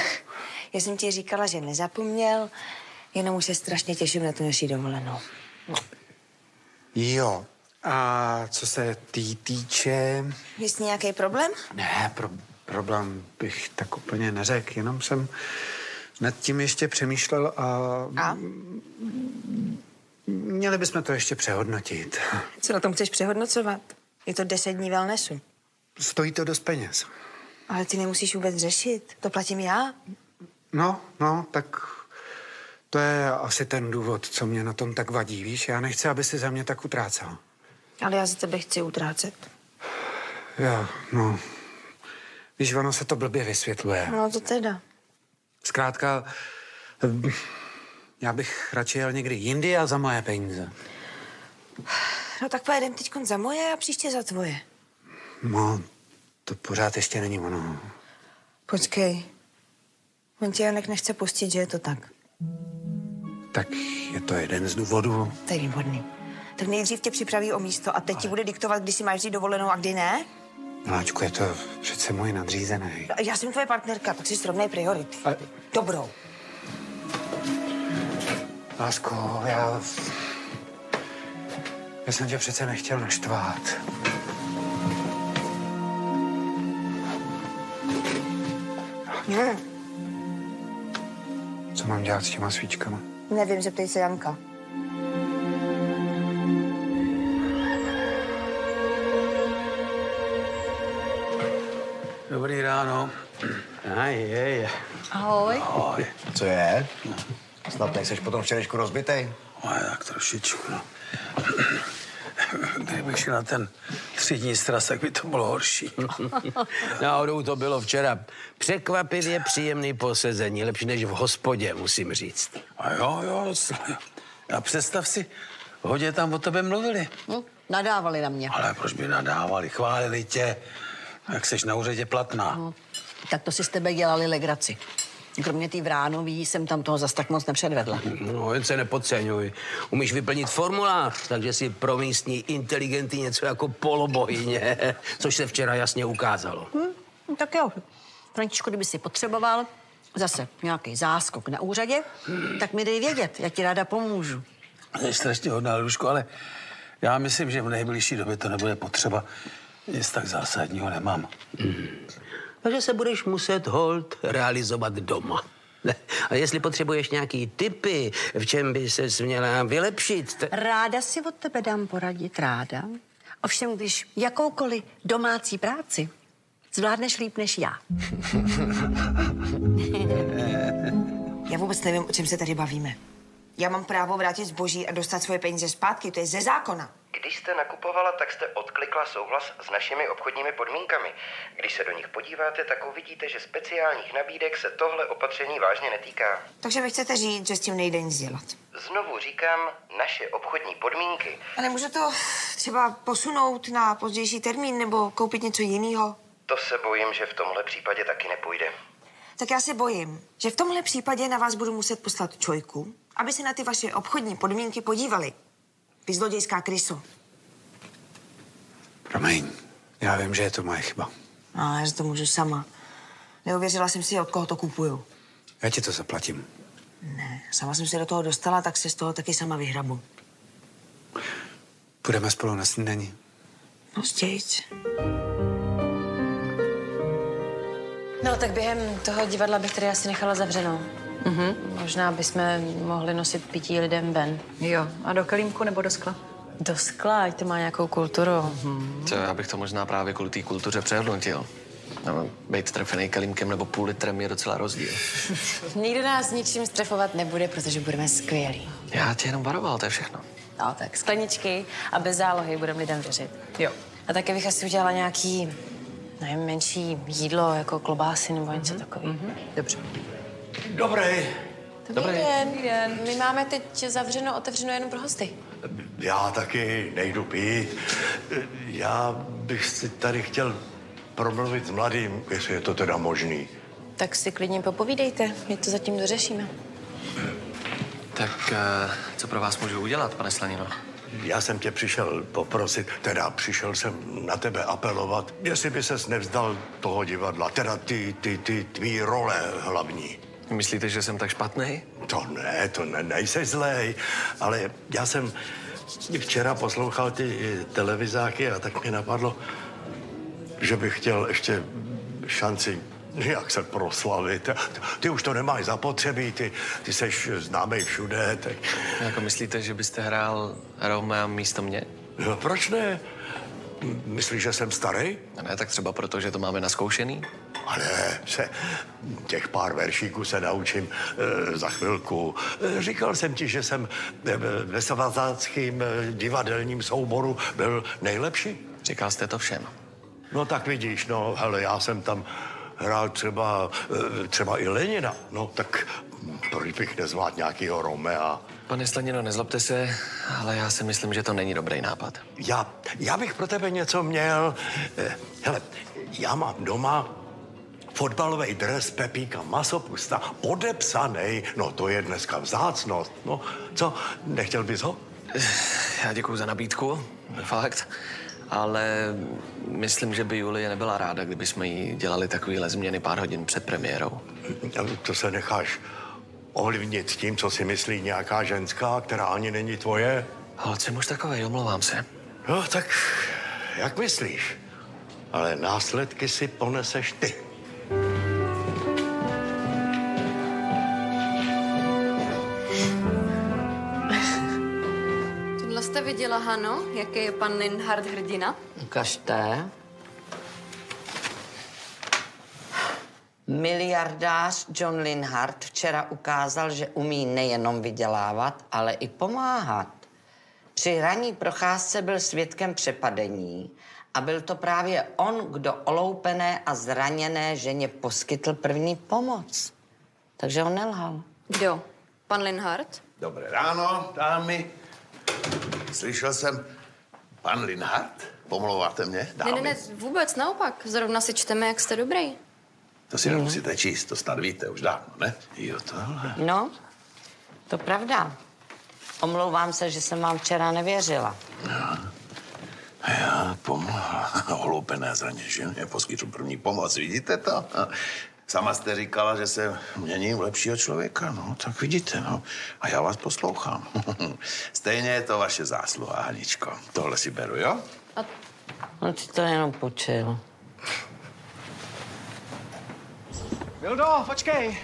Speaker 5: Já jsem ti říkala, že nezapomněl, jenom už se strašně těším na tu naši dovolenou.
Speaker 12: Jo. A co se tý týče...
Speaker 5: Jsi nějaký problém?
Speaker 12: Ne, pro, problém bych tak úplně neřekl, jenom jsem nad tím ještě přemýšlel a... a? Měli bychom to ještě přehodnotit.
Speaker 5: Co na tom chceš přehodnocovat? Je to deset dní wellnessu.
Speaker 12: Stojí to dost peněz.
Speaker 5: Ale ty nemusíš vůbec řešit. To platím já.
Speaker 12: No, no, tak to je asi ten důvod, co mě na tom tak vadí, víš? Já nechci, aby si za mě tak utrácel.
Speaker 5: Ale já za tebe chci utrácet.
Speaker 12: Jo, no. Víš, ono se to blbě vysvětluje.
Speaker 5: No to teda.
Speaker 12: Zkrátka, hm, já bych radši jel někdy jindy a za moje peníze.
Speaker 5: No tak pojedem teď za moje a příště za tvoje.
Speaker 12: No, to pořád ještě není ono.
Speaker 5: Počkej. On tě Janek nechce pustit, že je to tak.
Speaker 12: Tak je to jeden z důvodů.
Speaker 5: To je výborný. Tak nejdřív tě připraví o místo a teď ti bude diktovat, kdy si máš vzít dovolenou a kdy ne.
Speaker 12: Miláčku, je to přece můj nadřízený.
Speaker 5: No, Já jsem tvoje partnerka, tak si srovnej priority.
Speaker 12: A...
Speaker 5: Dobrou.
Speaker 12: Lásko, já... Já jsem tě přece nechtěl naštvat.
Speaker 5: Ne,
Speaker 12: Co mám dělat s těma svíčkama?
Speaker 5: nevím, zeptej se Janka.
Speaker 8: Dobrý ráno. Aj, je, je.
Speaker 23: Jako
Speaker 13: Ahoj.
Speaker 8: Ahoj.
Speaker 25: Co je? Snad nejseš potom včerejšku rozbitej?
Speaker 8: Ale No, tak trošičku, no. Kdybych šel na ten třídní stras, tak by to bylo horší.
Speaker 6: Náhodou to bylo včera. Překvapivě příjemný posezení, lepší než v hospodě, musím říct.
Speaker 8: A jo, jo, docela, jo. A představ si, hodě tam o tebe mluvili.
Speaker 9: Hm? Nadávali na mě.
Speaker 8: Ale proč by nadávali, chválili tě, jak seš na úřadě platná.
Speaker 9: Tak to si z tebe dělali legraci. Kromě té Vránový jsem tam toho zas tak moc nepředvedla.
Speaker 6: No, jen se nepodceňuj. Umíš vyplnit formulář, takže si pro místní inteligenty něco jako polobohyně, což se včera jasně ukázalo.
Speaker 9: Hm, tak jo. Františku, kdyby si potřeboval zase nějaký záskok na úřadě, tak mi dej vědět, já ti ráda pomůžu.
Speaker 8: To je strašně hodná, Luško, ale já myslím, že v nejbližší době to nebude potřeba. Nic tak zásadního nemám.
Speaker 6: Takže se budeš muset hold realizovat doma. A jestli potřebuješ nějaký tipy, v čem by se měla vylepšit, t-
Speaker 9: Ráda si od tebe dám poradit, ráda. Ovšem, když jakoukoliv domácí práci zvládneš líp než já.
Speaker 5: Já vůbec nevím, o čem se tady bavíme. Já mám právo vrátit zboží a dostat svoje peníze zpátky, to je ze zákona.
Speaker 18: Když jste nakupovala, tak jste odklikla souhlas s našimi obchodními podmínkami. Když se do nich podíváte, tak uvidíte, že speciálních nabídek se tohle opatření vážně netýká.
Speaker 5: Takže vy chcete říct, že s tím nejde nic dělat.
Speaker 18: Znovu říkám, naše obchodní podmínky.
Speaker 5: A nemůžu to třeba posunout na pozdější termín nebo koupit něco jiného?
Speaker 18: To se bojím, že v tomhle případě taky nepůjde.
Speaker 5: Tak já se bojím, že v tomhle případě na vás budu muset poslat čojku, aby se na ty vaše obchodní podmínky podívali. Vy zlodějská kryso.
Speaker 12: Promiň, já vím, že je to moje chyba.
Speaker 5: A No, já za to můžu sama. Neuvěřila jsem si, od koho to kupuju.
Speaker 12: Já ti to zaplatím.
Speaker 5: Ne, sama jsem se do toho dostala, tak se z toho taky sama vyhrabu.
Speaker 12: Půjdeme spolu na snídaní.
Speaker 5: No stějc.
Speaker 3: No, tak během toho divadla bych tady asi nechala zavřenou. Mm-hmm. Možná bychom mohli nosit pití lidem ven. Jo, a do kelímku nebo do skla? Do skla, ať to má nějakou kulturu. Mm-hmm.
Speaker 4: Co, já bych to možná právě kvůli té kultuře přehodnotil. No, být trefený kalímkem nebo půl litrem je docela rozdíl.
Speaker 3: Nikdo nás ničím strefovat nebude, protože budeme skvělí.
Speaker 4: Já tě jenom varoval, to je všechno.
Speaker 3: No, tak skleničky a bez zálohy budeme lidem věřit. Jo. A taky bych asi udělala nějaký, nevím, menší jídlo, jako klobásy nebo něco mm-hmm. takového. Mm-hmm. Dobře.
Speaker 10: Dobrý.
Speaker 3: Dobrý den. Dobrý den. My máme teď zavřeno, otevřeno jenom pro hosty.
Speaker 10: Já taky nejdu pít. Já bych si tady chtěl promluvit s mladým, jestli je to teda možný.
Speaker 3: Tak si klidně popovídejte, my to zatím dořešíme.
Speaker 4: Tak eh, co pro vás můžu udělat, pane Slanino?
Speaker 10: Já jsem tě přišel poprosit, teda přišel jsem na tebe apelovat, jestli by ses nevzdal toho divadla, teda ty, ty, ty, tvý role hlavní.
Speaker 4: Myslíte, že jsem tak špatný?
Speaker 10: To ne, to ne, nejseš zlej, ale já jsem včera poslouchal ty eh, televizáky a tak mě napadlo, že bych chtěl ještě šanci jak se proslavit. Ty už to nemáš zapotřebí, ty, ty seš známý všude, tak...
Speaker 4: Jako myslíte, že byste hrál Romea místo mě?
Speaker 10: No proč ne? Myslíš, že jsem starý?
Speaker 4: Ne, tak třeba proto, že to máme naskoušený.
Speaker 10: Ale se, těch pár veršíků se naučím e, za chvilku. E, říkal jsem ti, že jsem e, ve savazáckým e, divadelním souboru byl nejlepší.
Speaker 4: Říkal jste to všem.
Speaker 10: No tak vidíš, no hele, já jsem tam hrál třeba, eh, třeba i Lenina. No tak proč bych nezvládl nějakýho Romea?
Speaker 4: Pane Slanino, nezlobte se, ale já si myslím, že to není dobrý nápad.
Speaker 10: Já, já bych pro tebe něco měl. Eh, Hele, já mám doma fotbalový dres Pepíka Masopusta, podepsaný, no to je dneska vzácnost. No, co, nechtěl bys ho?
Speaker 4: Eh, Já děkuji za nabídku, fakt. Ale myslím, že by Julie nebyla ráda, kdyby jsme jí dělali takovýhle změny pár hodin před premiérou.
Speaker 10: Eh, To se necháš ovlivnit tím, co si myslí nějaká ženská, která ani není tvoje?
Speaker 4: Ale jsem už takovej, omlouvám se.
Speaker 10: No, tak jak myslíš? Ale následky si poneseš ty.
Speaker 1: Tohle jste viděla, Hano, jaký je pan Linhard hrdina?
Speaker 14: Ukažte. Miliardář John Linhart včera ukázal, že umí nejenom vydělávat, ale i pomáhat. Při ranní procházce byl svědkem přepadení a byl to právě on, kdo oloupené a zraněné ženě poskytl první pomoc. Takže on nelhal.
Speaker 1: Kdo? Pan Linhard?
Speaker 7: Dobré ráno, dámy. Slyšel jsem, pan Linhart, pomlouváte mě, dámy?
Speaker 1: Ne, ne, ne, vůbec naopak. Zrovna si čteme, jak jste dobrý.
Speaker 7: To si nemusíte číst, to snad víte už dávno, ne? Jo, tohle.
Speaker 14: No, to pravda. Omlouvám se, že jsem vám včera nevěřila.
Speaker 7: Já pomohla. Oloupené zraně ženě poskytl první pomoc, vidíte to? Sama jste říkala, že se měním v lepšího člověka, no, tak vidíte, no. A já vás poslouchám. Stejně je to vaše zásluha, Haničko. Tohle si beru, jo?
Speaker 14: On si to jenom počil.
Speaker 19: Vildo, počkej!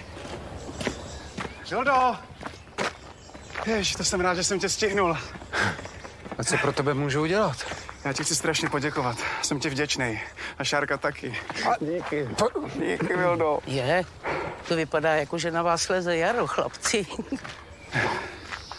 Speaker 19: Vildo! Jež, to jsem rád, že jsem tě stihnul.
Speaker 12: A co pro tebe můžu udělat?
Speaker 19: Já ti chci strašně poděkovat. Jsem ti vděčný. A Šárka taky.
Speaker 26: A díky.
Speaker 19: Díky, Vildo.
Speaker 26: Je, to vypadá jako, že na vás leze jaro, chlapci.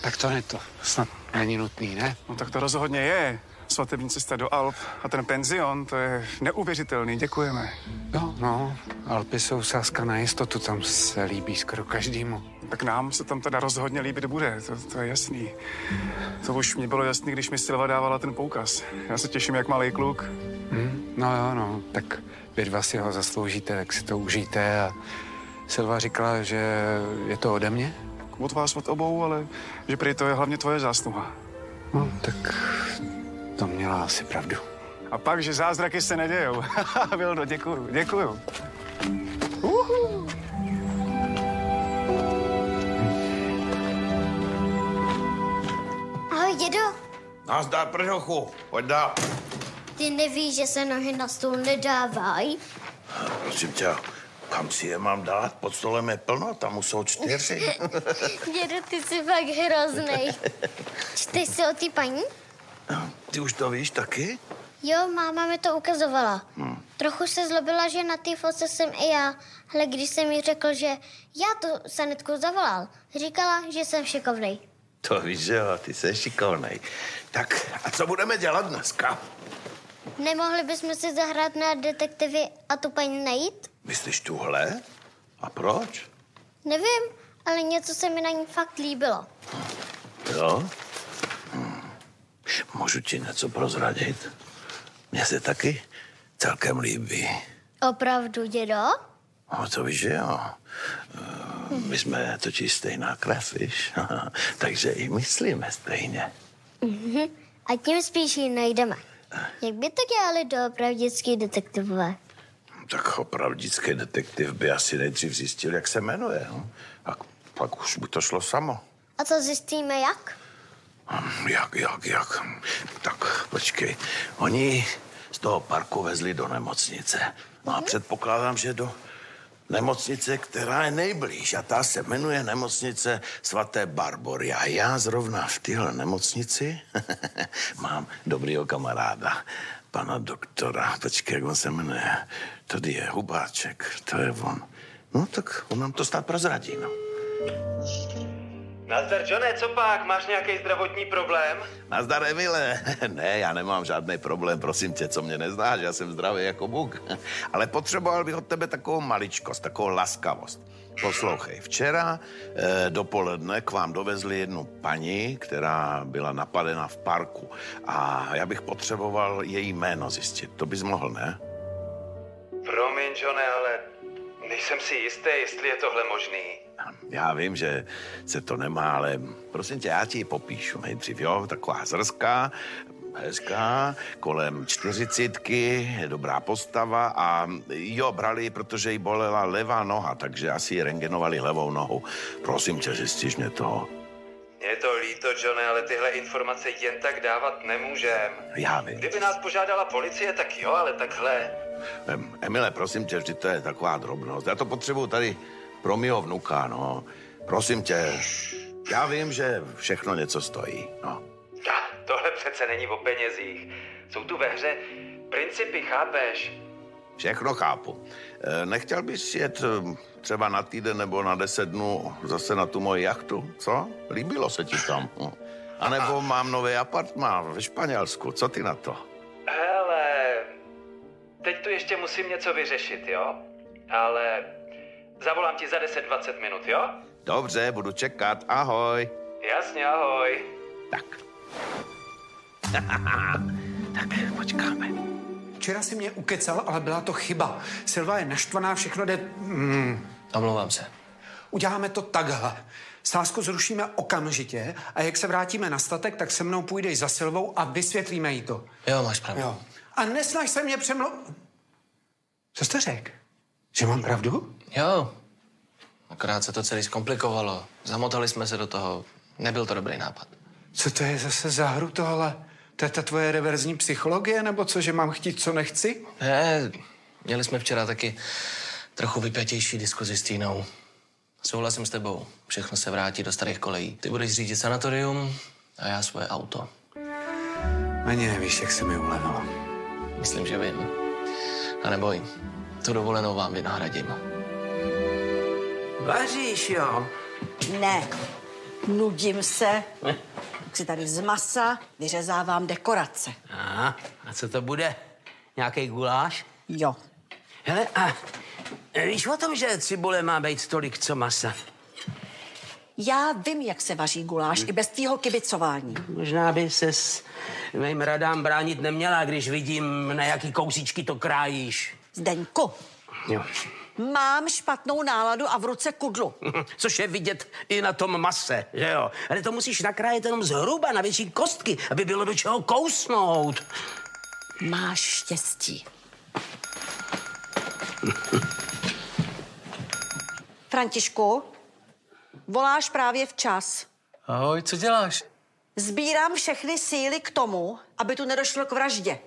Speaker 12: Tak to ne to. Snad není nutný, ne?
Speaker 19: No tak to rozhodně je. Svatební cesta do Alp a ten penzion, to je neuvěřitelný. Děkujeme.
Speaker 12: No, no, Alpy jsou sázka na jistotu, tam se líbí skoro každému.
Speaker 19: Tak nám se tam teda rozhodně líbit bude, to, to je jasný. To už mě bylo jasný, když mi Silva dávala ten poukaz. Já se těším, jak malý kluk.
Speaker 12: Hm? No jo, no, tak vy dva si ho zasloužíte, tak si to užijte a Silva říkala, že je to ode mě?
Speaker 19: Od vás od obou, ale že prý to je hlavně tvoje zásluha.
Speaker 12: No, tak to měla asi pravdu.
Speaker 19: A pak, že zázraky se nedějou. Vildo, děkuju, děkuju. Uhu.
Speaker 11: Ahoj, dědo.
Speaker 7: Nazdar, prdochu, pojď dál.
Speaker 11: Ty nevíš, že se nohy na stůl nedávají?
Speaker 7: Prosím tě, kam si je mám dát? Pod stolem je plno, tam už jsou čtyři.
Speaker 11: Dědo, ty jsi fakt hrozný. Čteš si o ty paní?
Speaker 7: Ty už to víš taky? Hm,
Speaker 11: Jo, máma mi to ukazovala. Hmm. Trochu se zlobila, že na té fotce jsem i já, ale když jsem jí řekl, že já tu sanitku zavolal, říkala, že jsem šikovnej.
Speaker 7: To víš, že jo, ty jsi šikovnej. Tak a co budeme dělat dneska?
Speaker 11: Nemohli bychom si zahrát na detektivy a tu paní najít?
Speaker 7: Myslíš tuhle? A proč?
Speaker 11: Nevím, ale něco se mi na ní fakt líbilo.
Speaker 7: Jo? Hm. Můžu ti něco prozradit? Mně se taky celkem líbí.
Speaker 11: Opravdu, dědo?
Speaker 7: No, to víš, že jo. Eh, My jsme totiž stejná krev, víš? Takže i myslíme stejně.
Speaker 11: Mhm. A tím spíš ji najdeme. Jak by to dělali doopravdický detektivové?
Speaker 7: Tak opravdický detektiv by asi nejdřív zjistil, jak se jmenuje. No. A pak už by to šlo samo.
Speaker 11: A to zjistíme jak?
Speaker 7: Jak, jak, jak? Tak počkej. Oni z toho parku vezli do nemocnice. No a předpokládám, že do nemocnice, která je nejblíž. A ta se jmenuje nemocnice svaté Barbory. A já zrovna v téhle nemocnici mám dobrýho kamaráda, pana doktora. Počkej, jak on se jmenuje. Tady je Hubáček, to je on. No tak on nám to snad prozradí, no.
Speaker 18: Nazdar, Johne, co pak? Máš nějaký zdravotní problém?
Speaker 7: Nazdar, Emile. Ne, já nemám žádný problém, prosím tě, co mě neznáš, já jsem zdravý jako Bůh. Ale potřeboval bych od tebe takovou maličkost, takovou laskavost. Poslouchej, včera eh, dopoledne k vám dovezli jednu paní, která byla napadena v parku a já bych potřeboval její jméno zjistit. To bys mohl, ne?
Speaker 18: Promiň, Johne, ale
Speaker 24: Nejsem si jistý, jestli je tohle možný.
Speaker 7: Já vím, že se to nemá, ale prosím tě, já ti ji popíšu nejdřív, jo? Taková zrská, hezká, kolem čtyřicítky, dobrá postava a jo, brali ji, protože jí bolela levá noha, takže asi ji rengenovali levou nohou. Prosím tě, zjistíš mě toho.
Speaker 24: Mně Je to líto, Johne, ale tyhle informace jen tak dávat nemůžem.
Speaker 7: Já vím.
Speaker 24: Kdyby nás požádala policie, tak jo, ale takhle.
Speaker 7: Em, Emile, prosím tě, vždy to je taková drobnost. Já to potřebuju tady pro mýho vnuka, no. Prosím tě, já vím, že všechno něco stojí, no.
Speaker 24: Ah, Tohle přece není o penězích. Jsou tu ve hře principy, chápeš?
Speaker 7: Všechno chápu. E, Nechtěl bys jet em, třeba na týden nebo na deset dnů zase na tu moji jachtu, co? Líbilo se ti tam. hm. A nebo mám nový apartma ve Španělsku, co ty na to?
Speaker 24: Hele, teď tu ještě musím něco vyřešit, jo? Ale zavolám ti za 10-20 minut, jo?
Speaker 7: Dobře, budu čekat, ahoj.
Speaker 24: Jasně, ahoj.
Speaker 12: Tak počkáme. Včera si mě ukecal, ale byla to chyba. Silva je naštvaná, všechno jde... Mm. Omlouvám se. Uděláme to takhle. Sázku zrušíme okamžitě a jak se vrátíme na statek, tak se mnou půjdeš za Silvou a vysvětlíme jí to.
Speaker 4: Jo, máš pravdu.
Speaker 12: Jo. A nesnaž se mě přemlou... Co jste řekl? Že mám pravdu?
Speaker 4: Jo. Akorát se to celý zkomplikovalo. Zamotali jsme se do toho. Nebyl to dobrý nápad.
Speaker 12: Co to je zase za hru tohle? To je ta tvoje reverzní psychologie, nebo co, že mám chtít, co nechci?
Speaker 4: Ne, Eh, měli jsme včera taky trochu vypjatější diskuzi s Týnou. Souhlasím s tebou, všechno se vrátí do starých kolejí. Ty budeš řídit sanatorium a já svoje auto.
Speaker 12: Ani nevíš, jak se mi ulevilo.
Speaker 4: Myslím, že vím. A neboj, tu dovolenou vám vynahradím.
Speaker 9: Vaříš, jo? Ne. Nudím se. Tak si tady z masa vyřezávám dekorace.
Speaker 6: Aha, a co to bude? Nějaký guláš?
Speaker 9: Jo.
Speaker 6: Hele, a víš o tom, že cibule má být tolik, co masa?
Speaker 9: Já vím, jak se vaří guláš i bez tvýho kibicování.
Speaker 6: Možná by se s mým radám bránit neměla, když vidím, na jaký kousíčky to krájíš.
Speaker 9: Zdeňku,
Speaker 6: Jo.
Speaker 9: mám špatnou náladu a v ruce kudlu.
Speaker 6: Což je vidět i na tom mase, že jo? Ale to musíš nakrájet jenom zhruba na větší kostky, aby bylo do čeho kousnout.
Speaker 9: Máš štěstí. Františku, voláš právě včas.
Speaker 8: Ahoj, co děláš?
Speaker 9: Sbírám všechny síly k tomu, aby tu nedošlo k vraždě.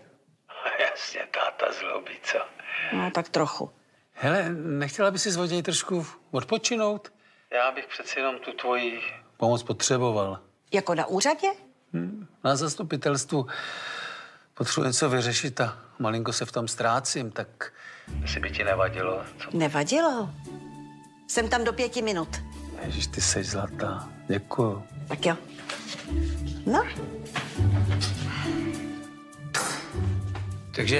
Speaker 8: Jasně, táta zlobí, co?
Speaker 9: No, tak trochu.
Speaker 8: Hele, nechtěla by si z něj trošku odpočinout?
Speaker 16: Já bych přeci jenom tu tvoji...
Speaker 8: Pomoc potřeboval.
Speaker 9: Jako na úřadě?
Speaker 8: Na zastupitelstvu potřebuji něco vyřešit a malinko se v tom ztrácím, tak... Jestli by ti nevadilo, co?
Speaker 9: Nevadilo. Jsem tam do pěti minut.
Speaker 8: Ježiš, ty jsi zlatá. Děkuju.
Speaker 9: Tak jo. No,
Speaker 6: Takže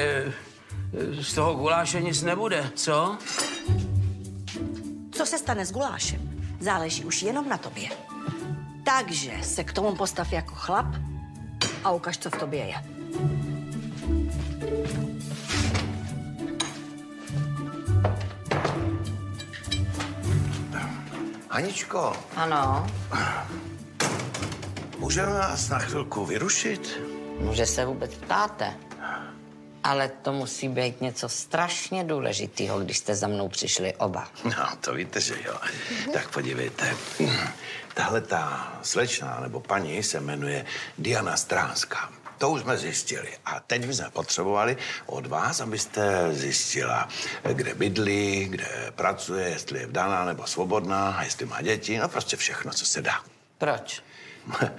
Speaker 6: eh, z toho guláše nic nebude, co?
Speaker 9: co se stane s gulášem? Záleží už jenom na tobě. Takže se k tomu postav jako chlap a ukaž, co v tobě je.
Speaker 7: Aničko,
Speaker 14: Ano,
Speaker 7: můžeme nás na chvilku vyrušit?
Speaker 14: může se vůbec ptáte. Ale to musí být něco strašně důležitého, když jste za mnou přišli oba.
Speaker 7: No, to víte, že jo. Tak podívejte. Tahle ta slečna nebo paní se jmenuje Diana Stránská. To už jsme zjistili. A teď bychom potřebovali od vás, abyste zjistila, kde bydlí, kde pracuje, jestli je vdaná nebo svobodná, jestli má děti, no prostě všechno, co se dá.
Speaker 14: Proč?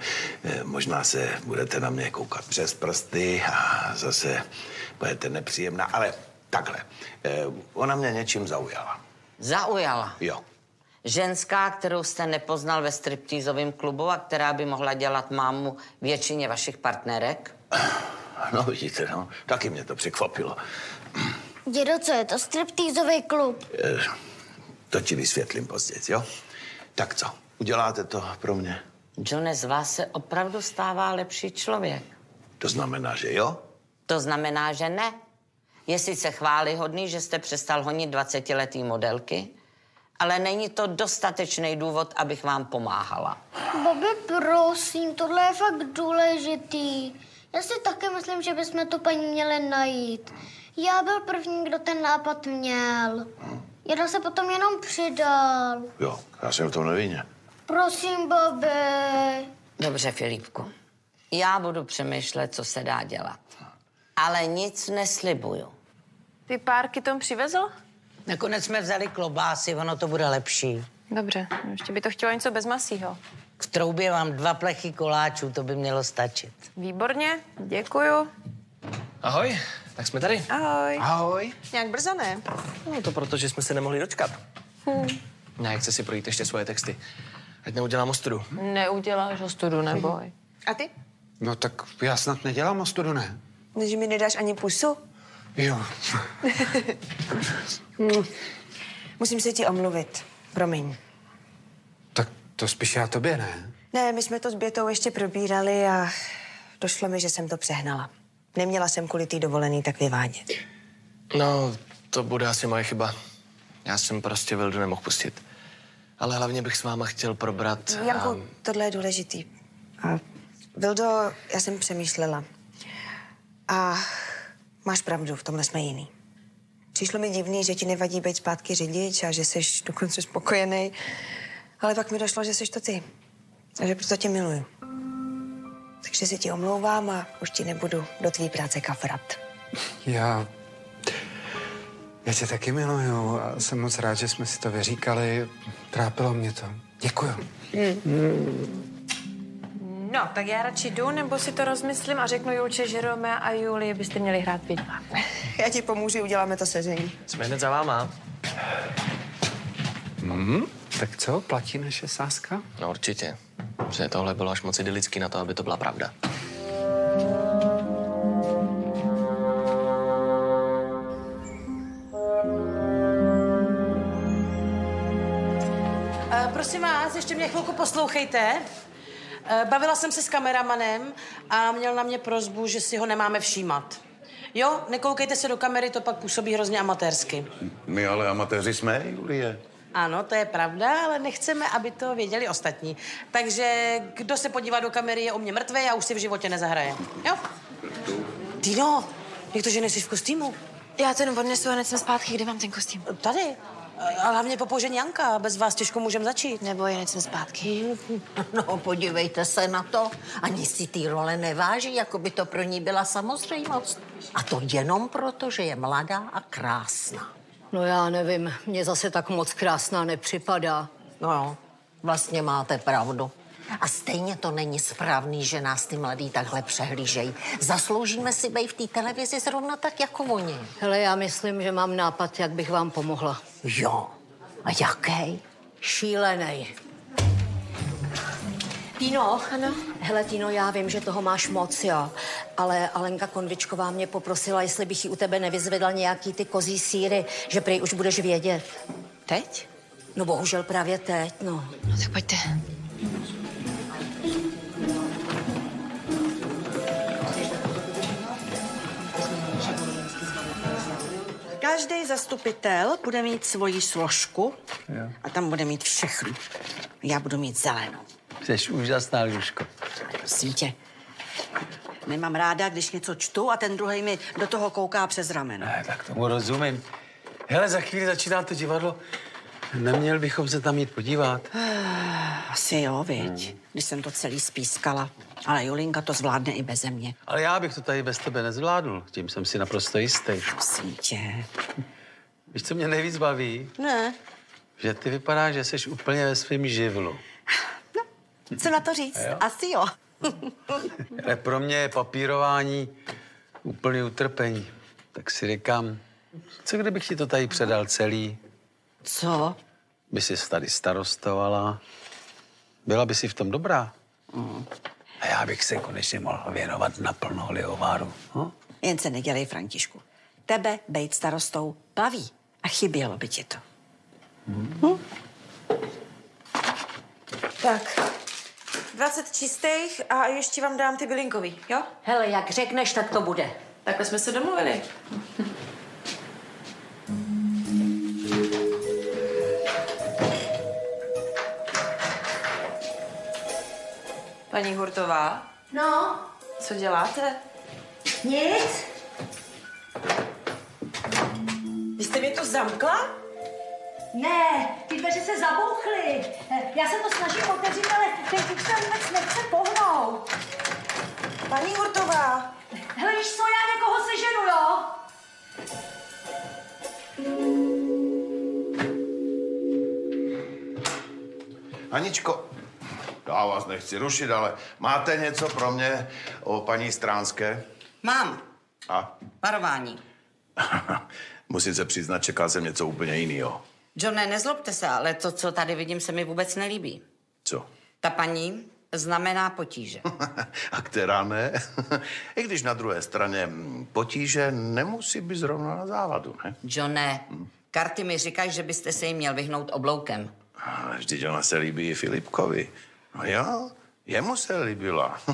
Speaker 7: Možná se budete na mě koukat přes prsty a zase budete nepříjemná, ale takhle. Eh, Ona mě něčím zaujala.
Speaker 14: Zaujala.
Speaker 7: Jo.
Speaker 14: Ženská, kterou jste nepoznal ve striptýzovém klubu a která by mohla dělat mámu většině vašich partnerek?
Speaker 7: No vidíte, no, taky mě to překvapilo.
Speaker 11: Dědo, co je to? Striptýzový klub.
Speaker 7: Eh, To ti vysvětlím později, jo? Tak co, uděláte to pro mě?
Speaker 14: Johne, z vás se opravdu stává lepší člověk.
Speaker 7: To znamená, že jo?
Speaker 14: To znamená, že ne. Je sice chválihodný, že jste přestal honit 20-letý modelky, ale není to dostatečný důvod, abych vám pomáhala.
Speaker 11: Bobi, prosím, tohle je fakt důležitý. Já si také myslím, že bychom tu paní měli najít. Já byl první, kdo ten nápad měl. Jeda se potom jenom přidal.
Speaker 7: Jo, já jsem v tom nevinně.
Speaker 11: Prosím, Bobi.
Speaker 14: Dobře, Filipku. Já budu přemýšlet, co se dá dělat. Ale nic neslibuju.
Speaker 3: Ty párky tom přivezl?
Speaker 2: Nakonec jsme vzali klobásy, ono to bude lepší.
Speaker 3: Dobře, ještě by to chtělo něco bez masího.
Speaker 2: K troubě vám dva plechy koláčů, to by mělo stačit.
Speaker 3: Výborně, děkuju.
Speaker 4: Ahoj, tak jsme tady.
Speaker 3: Ahoj.
Speaker 4: Ahoj.
Speaker 3: Nějak brzo ne?
Speaker 4: No to proto, že jsme se nemohli dočkat.
Speaker 3: Hm.
Speaker 4: Ne, chce si projít ještě svoje texty. Ať neudělám ostudu.
Speaker 3: Neuděláš ho studu, neboj.
Speaker 5: A ty?
Speaker 12: No tak já snad nedělám ostudu, ne?
Speaker 5: Že mi nedáš ani pusu?
Speaker 12: Jo.
Speaker 5: Hm. Musím se ti omluvit. Promiň.
Speaker 12: To spíš já tobě, ne?
Speaker 5: Ne, my jsme to s Bětou ještě probírali a došlo mi, že jsem to přehnala. Neměla jsem kvůli té dovolený tak vyvádět.
Speaker 4: No, to bude asi moje chyba. Já jsem prostě Vildu nemohl pustit. Ale hlavně bych s váma chtěl probrat...
Speaker 5: Janku,
Speaker 4: ehm,
Speaker 5: tohle je důležitý. A... Vildo, já jsem přemýšlela. A máš pravdu, v tomhle jsme jiný. Přišlo mi divný, že ti nevadí být zpátky řidič a že jsi dokonce spokojený. Ale pak mi došlo, že jsi to ty. A že proto tě miluju. Takže se ti omlouvám a už ti nebudu do tvý práce kafrat.
Speaker 12: Já... Já tě taky miluju a jsem moc rád, že jsme si to vyříkali. Trápilo mě to. Děkuju.
Speaker 9: Hm.
Speaker 3: No, tak já radši jdu, nebo si to rozmyslím a řeknu Julče, že Romea a Julie byste měli hrát vy dva.
Speaker 5: Já ti pomůžu, uděláme to sezení.
Speaker 4: Jsme hned za váma. Mhm.
Speaker 12: Mm, tak co, platí naše sázka?
Speaker 4: No určitě. Že tohle bylo až moc idylický na to, aby to byla pravda.
Speaker 2: E, prosím vás, ještě mě chvilku poslouchejte. E, bavila jsem se s kameramanem a měl na mě prozbu, že si ho nemáme všímat. Jo, nekoukejte se do kamery, to pak působí hrozně amatérsky.
Speaker 17: My ale amatéři jsme, Julie.
Speaker 2: Ano, to je pravda, ale nechceme, aby to věděli ostatní. Takže kdo se podívá do kamery, je o mě mrtvý a už si v životě nezahraje. Jo? Dino, jak to, že nejsi v kostýmu? Já to jenom odnesu a hned jsem zpátky. Kde mám ten kostým? Tady. Eh, A hlavně popožen Janka, bez vás těžko můžeme začít. Nebo jen jsem zpátky.
Speaker 23: No, podívejte se na to. Ani si ty role neváží, jako by to pro ní byla samozřejmost. A to jenom proto, že je mladá a krásná.
Speaker 27: No já nevím, mě zase tak moc krásná nepřipadá.
Speaker 23: No jo, vlastně máte pravdu. A stejně to není správný, že nás ty mladí takhle přehlížejí. Zasloužíme si být v té televizi zrovna tak jako oni.
Speaker 27: Hele, já myslím, že mám nápad, jak bych vám pomohla.
Speaker 23: Jo. A jaký?
Speaker 27: Šílenej. Tino, ano? hele Tino, já vím, že toho máš moc, jo. Ale Alenka Konvičková mě poprosila, jestli bych jí u tebe nevyzvedla nějaký ty kozí síry, že prej už budeš vědět. Teď? No bohužel právě teď, no. No tak pojďte. Každý zastupitel bude mít svoji složku a tam bude mít všechno. Já budu mít zelenou.
Speaker 8: Jsi úžasná, Ljuško.
Speaker 27: Prosím tě. Nemám ráda, když něco čtu a ten druhý mi do toho kouká přes rameno.
Speaker 8: Ne, tak Tomu rozumím. Hele, za chvíli začíná to divadlo. Neměl bychom se tam jít podívat.
Speaker 27: Ah, Asi jo, viď, když jsem to celý spískala. Ale Julinka to zvládne i beze mě.
Speaker 8: Ale já bych to tady bez tebe nezvládnul. Tím jsem si naprosto jistý.
Speaker 27: Prosím tě.
Speaker 8: Víš, co mě nejvíc baví?
Speaker 27: Ne,
Speaker 8: Že ty vypadá, že jsi úplně ve svém živlu.
Speaker 27: co na to říct?
Speaker 8: A jo?
Speaker 27: Asi jo.
Speaker 8: Ale pro mě je papírování úplně utrpení. Tak si říkám, co kdybych ti to tady předal celý?
Speaker 27: Co?
Speaker 8: By jsi tady starostovala. Byla by si v tom dobrá.
Speaker 27: Mm.
Speaker 8: A já bych se konečně mohl věnovat naplno lihováru. No?
Speaker 27: Jen se nedělej, Františku. Tebe bejt starostou baví a chybělo by ti to.
Speaker 9: Hm?
Speaker 28: Tak, 20 čistých a ještě vám dám ty bylinkový, jo?
Speaker 27: Hele, jak řekneš, tak to bude.
Speaker 28: Takhle jsme se domluvili.
Speaker 3: Paní Hurtová,
Speaker 27: No,
Speaker 3: co děláte?
Speaker 27: nic.
Speaker 3: Vy jste mě to zamkla?
Speaker 27: Ne, ty dveře se zabouchly. Eh, Já se to snažím otevřít, ale ten kluk se vůbec nechce pohnout. Paní Hurtová. Hele, víš co, já někoho seženu, jo?
Speaker 7: Aničko, já vás nechci rušit, ale máte něco pro mě o paní Stránské?
Speaker 14: Mám
Speaker 7: A
Speaker 14: varování.
Speaker 7: musím se přiznat, čekal jsem něco úplně jiného.
Speaker 14: Johne, nezlobte se, ale to, co tady vidím, se mi vůbec nelíbí.
Speaker 7: Co?
Speaker 14: Ta paní znamená potíže.
Speaker 7: A která ne? I když na druhé straně mm, potíže nemusí být zrovna na závadu, ne?
Speaker 14: Johne, karty mi říkají, že byste se jí měl vyhnout obloukem.
Speaker 7: No, Ale vždyť ona se líbí i Filipkovi. No jo, jemu se líbila.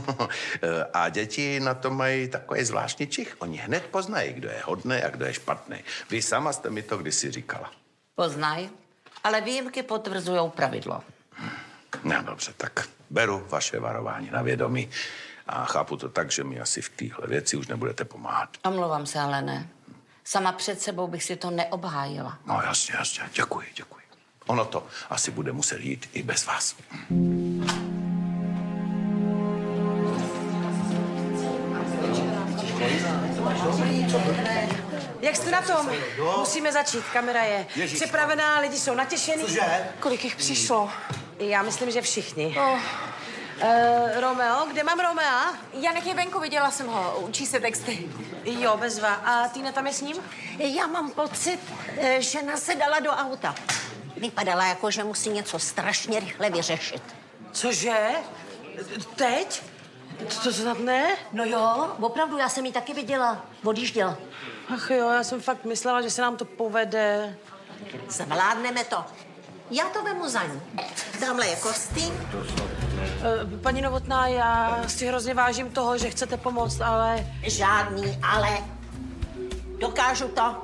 Speaker 7: a děti na to mají takový zvláštní čich. Oni hned poznají, kdo je hodný a kdo je špatný. Vy sama jste mi to kdysi říkala.
Speaker 14: Poznaj, ale výjimky potvrzují pravidlo.
Speaker 7: No dobře, tak beru vaše varování na vědomí a chápu to tak, že mi asi v téhle věci už nebudete pomáhat.
Speaker 14: Omlouvám se, ale ne. Sama před sebou bych si to neobhájila.
Speaker 7: No jasně, jasně, děkuji, děkuji. Ono to asi bude muset jít i bez vás.
Speaker 2: Jak jste na tom? Musíme začít, kamera je
Speaker 14: Ježiško.
Speaker 2: připravená, lidi jsou natěšený.
Speaker 14: Cože?
Speaker 2: Kolik jich přišlo? Já myslím, že všichni. Oh. Uh, Romeo, kde mám Romea? Janek je venku, viděla jsem ho, učí se texty. Jo, bezva. A Týna tam je s ním?
Speaker 23: Já mám pocit, eh, že nás se dala do auta. Vypadala jako, že musí něco strašně rychle vyřešit.
Speaker 2: Cože? Teď? To snad ne?
Speaker 27: No jo, opravdu, já jsem ji taky viděla. Odjížděla.
Speaker 2: Ach jo, já jsem fakt myslela, že se nám to povede.
Speaker 23: Zvládneme to. Já to vemu za ní. Tamhle je kostým.
Speaker 2: Eh, Paní Novotná, já si hrozně vážím toho, že chcete pomoct, ale...
Speaker 23: Žádný ale. Dokážu to.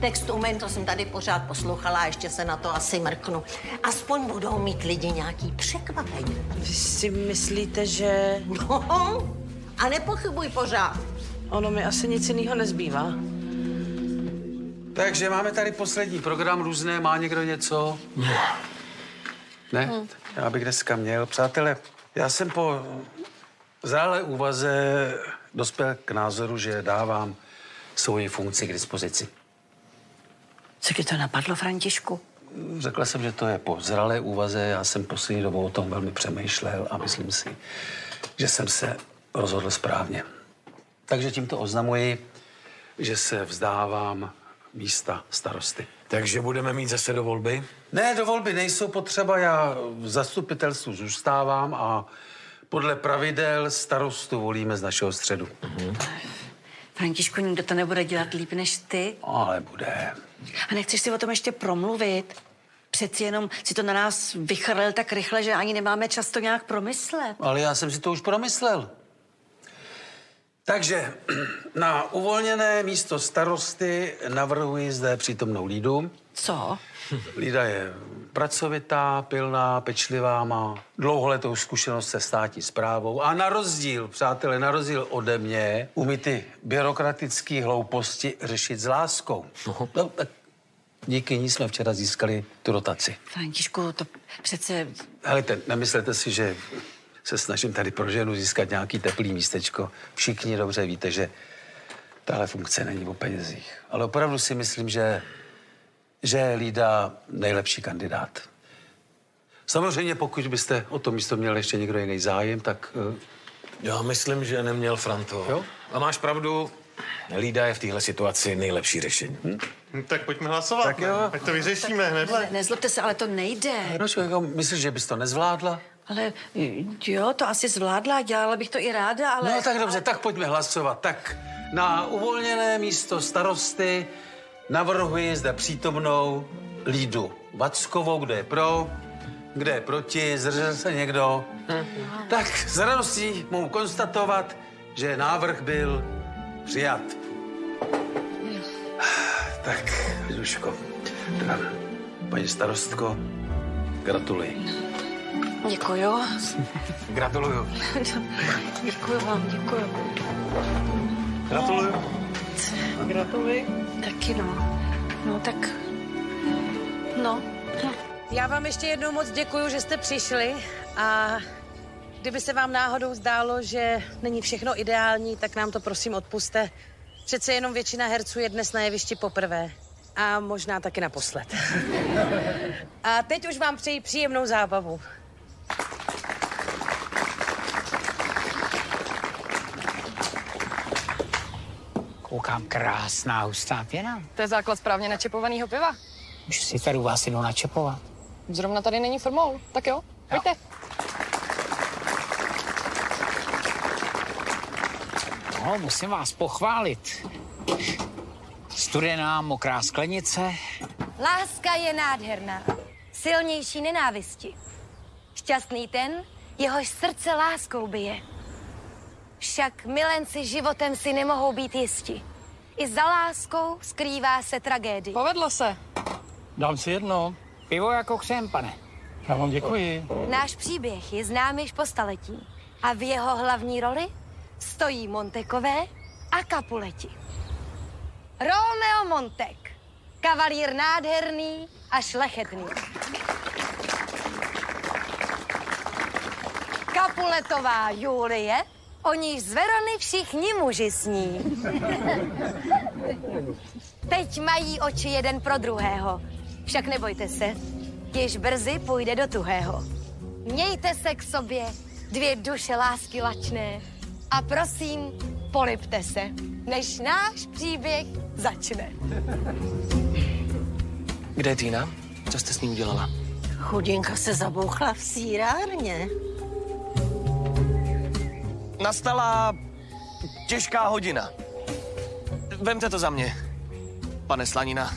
Speaker 23: Text umím, to jsem tady pořád poslouchala a ještě se na to asi mrknu. Aspoň budou mít lidi nějaký překvapení.
Speaker 2: Vy si myslíte, že...
Speaker 23: No, a nepochybuj pořád.
Speaker 2: Ono mi asi nic jiného nezbývá.
Speaker 8: Takže máme tady poslední program různé. Má někdo něco? Ne?
Speaker 29: Hm.
Speaker 8: Já bych dneska měl. Přátelé, já jsem po zralé úvaze dospěl k názoru, že dávám svoji funkci k dispozici.
Speaker 9: Co ti to napadlo, Františku?
Speaker 8: Řekl jsem, že to je po zralé úvaze. Já jsem poslední dobou o tom velmi přemýšlel a myslím si, že jsem se rozhodl správně. Takže tímto oznamuji, že se vzdávám místa starosty.
Speaker 19: Takže budeme mít zase do volby?
Speaker 8: Ne, do volby nejsou potřeba, já v zastupitelstvu zůstávám a podle pravidel starostu volíme z našeho středu.
Speaker 19: Mhm.
Speaker 9: Františku, nikdo to nebude dělat líp než ty.
Speaker 8: Ale bude.
Speaker 9: A nechceš si o tom ještě promluvit? Přeci jenom si to na nás vychrlil tak rychle, že ani nemáme čas to nějak promyslet.
Speaker 8: Ale já jsem si to už promyslel. Takže na uvolněné místo starosty navrhuji zde přítomnou Lídu.
Speaker 9: Co?
Speaker 8: Lída je pracovitá, pilná, pečlivá, má dlouholetou zkušenost se státní zprávou a na rozdíl, přátelé, na rozdíl ode mě, umí ty byrokratické hlouposti řešit s láskou. No, tak díky ní jsme včera získali tu dotaci.
Speaker 9: Františku, to přece...
Speaker 8: Helejte, nemyslete si, že se snažím tady pro ženu získat nějaký teplý místečko. Všichni dobře víte, že tahle funkce není o penězích. Ale opravdu si myslím, že, že je Lída nejlepší kandidát. Samozřejmě, pokud byste o to místo měl ještě někdo jiný zájem, tak... eh,
Speaker 19: Já myslím, že neměl Franto. Jo? A máš pravdu, Lída je v téhle situaci nejlepší řešení. Hm?
Speaker 7: Tak pojďme hlasovat.
Speaker 19: Tak jo. Ať to vyřešíme hned.
Speaker 9: Ne, nezlobte se, ale to nejde.
Speaker 8: Proč, jako, myslíš, že bys to nezvládla?
Speaker 9: Ale jo, to asi zvládla, dělala bych to i ráda, ale...
Speaker 8: No tak dobře, tak pojďme hlasovat. Tak na uvolněné místo starosty navrhuji zde přítomnou Lídu Vackovou, kdo je pro, kdo je proti, zdržel se někdo. Tak s radostí mohu konstatovat, že návrh byl přijat. Tak, Liduško, teda, paní starostko, gratuluji.
Speaker 9: Děkuju.
Speaker 8: Gratuluju.
Speaker 9: děkuju vám, děkuju.
Speaker 8: Gratuluju.
Speaker 9: Gratuluji. Taky no. No tak, no.
Speaker 2: Já vám ještě jednou moc děkuji, že jste přišli a kdyby se vám náhodou zdálo, že není všechno ideální, tak nám to prosím odpuste. Přece jenom většina herců je dnes na jevišti poprvé a možná taky naposled. A teď už vám přeji příjemnou zábavu.
Speaker 26: Koukám, krásná hustá pěna.
Speaker 13: To je základ správně načepovaného piva.
Speaker 26: Můžu si tady u vás jednou načepovat.
Speaker 13: Zrovna tady není formou. Tak jo, pojďte.
Speaker 26: No, musím vás pochválit. Studená mokrá sklenice.
Speaker 27: Láska je nádherná, silnější nenávisti. Šťastný ten, jehož srdce láskou bije. Však milenci životem si nemohou být jisti. I za láskou skrývá se tragédie. Povedlo se.
Speaker 26: Dám si jedno. Pivo jako křem, pane. Já vám děkuji.
Speaker 27: Náš příběh je známý již po staletí a v jeho hlavní roli stojí Montekové a Kapuleti. Romeo Montek, kavalír nádherný a šlechetný. Kapuletová Julie, o níž z Verony všichni muži sní. Teď mají oči jeden pro druhého. Však nebojte se, již brzy půjde do tuhého. Mějte se k sobě, dvě duše lásky lačné. A prosím, polipte se, než náš příběh začne.
Speaker 4: Kde je Týna? Co jste s ní udělala?
Speaker 23: Chudinka se zabouchla v sírárně.
Speaker 4: Nastala těžká hodina. Vemte to za mě, pane Slanina.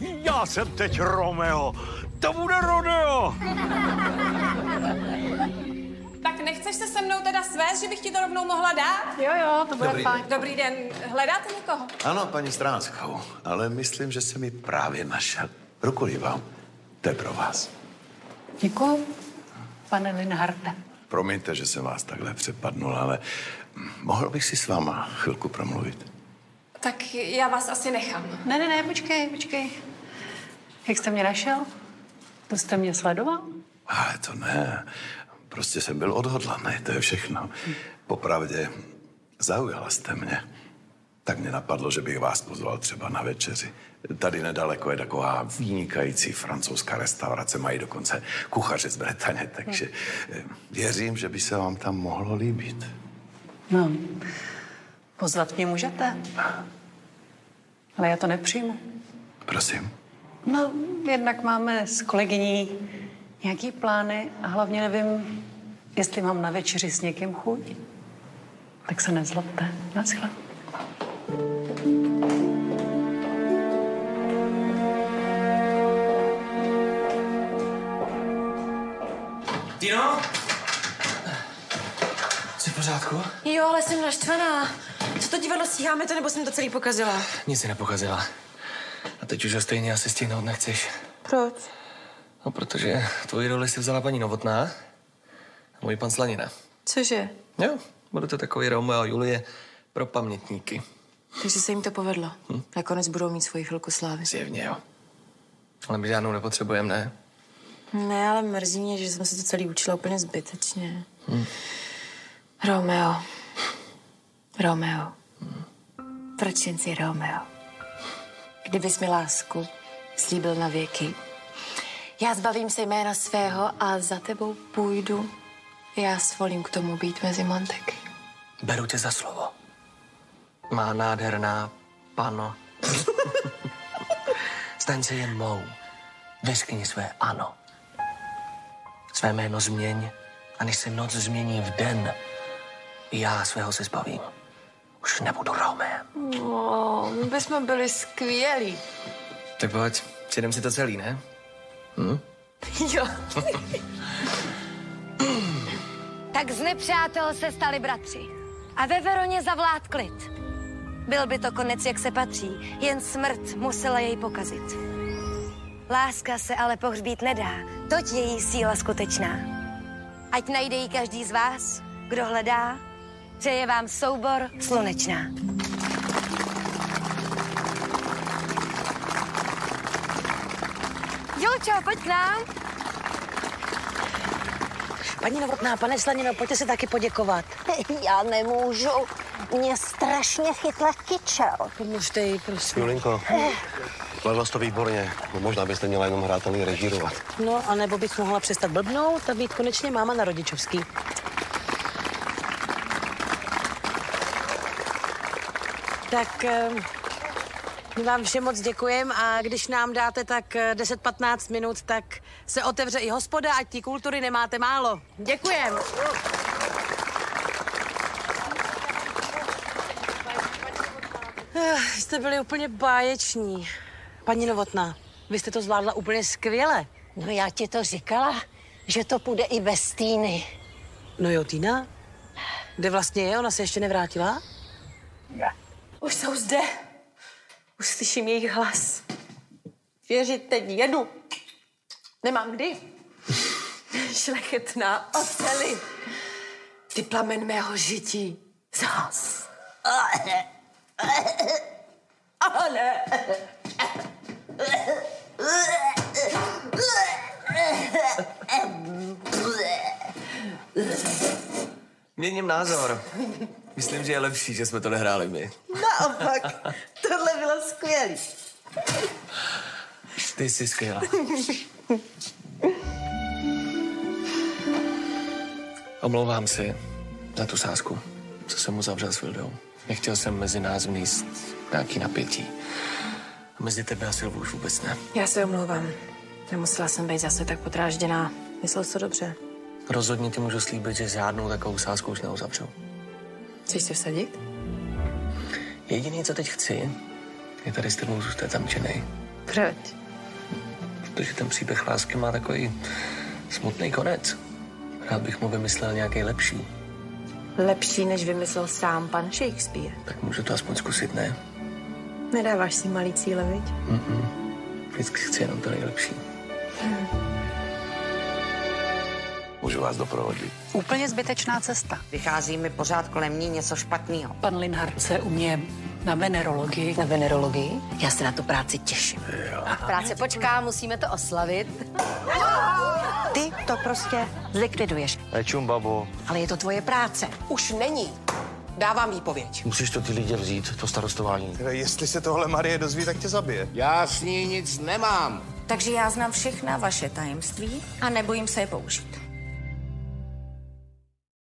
Speaker 10: Já jsem teď Romeo. To bude Rodeo.
Speaker 3: Tak nechceš se se mnou teda svést, že bych ti to rovnou mohla dát? Jo, jo, to
Speaker 7: bude Dobrý fajn. den.
Speaker 3: Dobrý den. Hledáte někoho?
Speaker 7: Ano, paní Stránskou, ale myslím, že jsem ji právě našel. Rukuji vám. To je pro vás.
Speaker 13: Děkuju, pane Linharde.
Speaker 7: Promiňte, že jsem vás takhle přepadnul, ale mm, mohl bych si s váma chvilku promluvit.
Speaker 13: Tak já vás asi nechám. Ne, ne, ne, počkej, počkej. Jak jste mě našel? To jste mě sledoval?
Speaker 7: Ale to ne. Prostě jsem byl odhodlaný, to je všechno. Popravdě, zaujala jste mě. Tak mě napadlo, že bych vás pozval třeba na večeři. Tady nedaleko je taková vynikající francouzská restaurace, mají dokonce kuchaře z Bretaně, takže eh, věřím, že by se vám tam mohlo líbit.
Speaker 13: No, pozvat mě můžete. Ale já to nepřijmu.
Speaker 7: Prosím.
Speaker 13: No, jednak máme s kolegyní nějaký plány a hlavně nevím, jestli mám na večeři s někým chuť. Tak se nezlobte. Naschle.
Speaker 4: Tino? Jsi v pořádku?
Speaker 3: Jo, ale jsem naštvaná. Co to divadlo stíháme to, nebo jsem to celý pokazila?
Speaker 4: Nic si nepokazila. A teď už ho stejně asi stihnout nechceš.
Speaker 3: Proč?
Speaker 4: No, protože tvoji roli si vzala paní Novotná a můj pan Slanina.
Speaker 3: Cože?
Speaker 4: Jo, bude to takový Romeo a Julie pro pamětníky.
Speaker 3: Takže se jim to povedlo. Hm? Nakonec budou mít svoji chvilku slávy.
Speaker 4: Zjevně jo. Ale my žádnou nepotřebujeme, ne?
Speaker 3: Ne, ale mrzí mě, že jsem se to celý učila úplně zbytečně.
Speaker 4: Hm.
Speaker 3: Romeo. Romeo. Proč jen si Romeo? Kdybys mi lásku slíbil na věky, já zbavím se jména svého a za tebou půjdu. Já svolím k tomu být mezi Montek.
Speaker 4: Beru tě za slovo. Má nádherná pano. Staň se jen mou. Vyskni své ano. Své jméno změň a než se noc změní v den, já svého se zbavím. Už nebudu Romem.
Speaker 3: No, my bychom byli skvělí.
Speaker 4: Tak pojď, přijdem si to celý, ne? Hm?
Speaker 3: Jo.
Speaker 27: Tak z nepřátel se stali bratři. A ve Veroně zavlád klid. Byl by to konec, jak se patří. Jen smrt musela jej pokazit. Láska se ale pohřbít nedá. Toť je její síla skutečná. Ať najde ji každý z vás, kdo hledá. Přeje vám soubor slunečná. Julčo, pojď k nám.
Speaker 2: Paní Novotná, pane Slanino, pojďte si taky poděkovat.
Speaker 9: Já nemůžu. Mě strašně chytla kyčel.
Speaker 2: Pomůžte jí, prosím.
Speaker 10: Julinko, zvládla jsi to výborně. No, možná byste měla jenom hrát, ale i režírovat.
Speaker 2: No, anebo bych mohla přestat blbnout a být konečně máma na rodičovský. Tak ehm, my vám všem moc děkujeme a když nám dáte tak eh, 10-15 minut, tak se otevře i hospoda, ať tí kultury nemáte málo. Děkujem. Eh, Jste byli úplně báječní. Paní Novotná, vy jste to zvládla úplně skvěle.
Speaker 9: No já ti to říkala, že to půjde i bez Týny.
Speaker 2: No jo, Týna? Kde vlastně je? Ona se ještě nevrátila?
Speaker 23: Už jsou zde. Už slyším jejich hlas. Věřit teď jedu. Nemám kdy. Šlechetná oceli. Ty plamen mého žití. Zás. Ale.
Speaker 4: Měním názor. Myslím, že je lepší, že jsme to nehráli my.
Speaker 23: Naopak. Tohle bylo skvělé.
Speaker 4: Ty jsi skvělá. Omlouvám se za tu sásku, co jsem mu zavřel s Vildou. Nechtěl jsem mezi nás vníst nějaký napětí. A mezi tebe a Silvu už vůbec ne.
Speaker 3: Já se omlouvám. Nemusela jsem být zase tak podrážděná. Myslel jsi to dobře.
Speaker 4: Rozhodně ti můžu slíbit, že žádnou takovou sásku už neuzavřu.
Speaker 3: Chceš se vsadit?
Speaker 4: Jediný, co teď chci, je tady s tebou zůstat zamčený.
Speaker 3: Proč?
Speaker 4: Protože ten příběh lásky má takový smutný konec. Rád bych mu vymyslel nějaký lepší.
Speaker 3: Lepší, než vymyslel sám pan Shakespeare.
Speaker 4: Tak můžu to aspoň zkusit, ne?
Speaker 3: Nedáváš si malý cíle, viď?
Speaker 4: Mm-mm. Vždycky chci jenom to nejlepší.
Speaker 30: Můžu vás doprovodit.
Speaker 13: Úplně zbytečná cesta.
Speaker 31: Vychází mi pořád kolem ní něco špatného.
Speaker 13: Pan Linhart se u mě na venerologii. Na venerologii?
Speaker 31: Já se na tu práci těším.
Speaker 16: Práce počká, musíme to oslavit.
Speaker 9: Ty to prostě zlikviduješ,
Speaker 10: Nečum, babo.
Speaker 9: ale je to tvoje práce. Už není. Dávám výpověď.
Speaker 10: Musíš to ty lidi vzít, to starostování. Jestli se tohle Marie dozví, tak tě zabije.
Speaker 32: Já s ní nic nemám.
Speaker 3: Takže já znám všechna vaše tajemství a nebojím se je použít.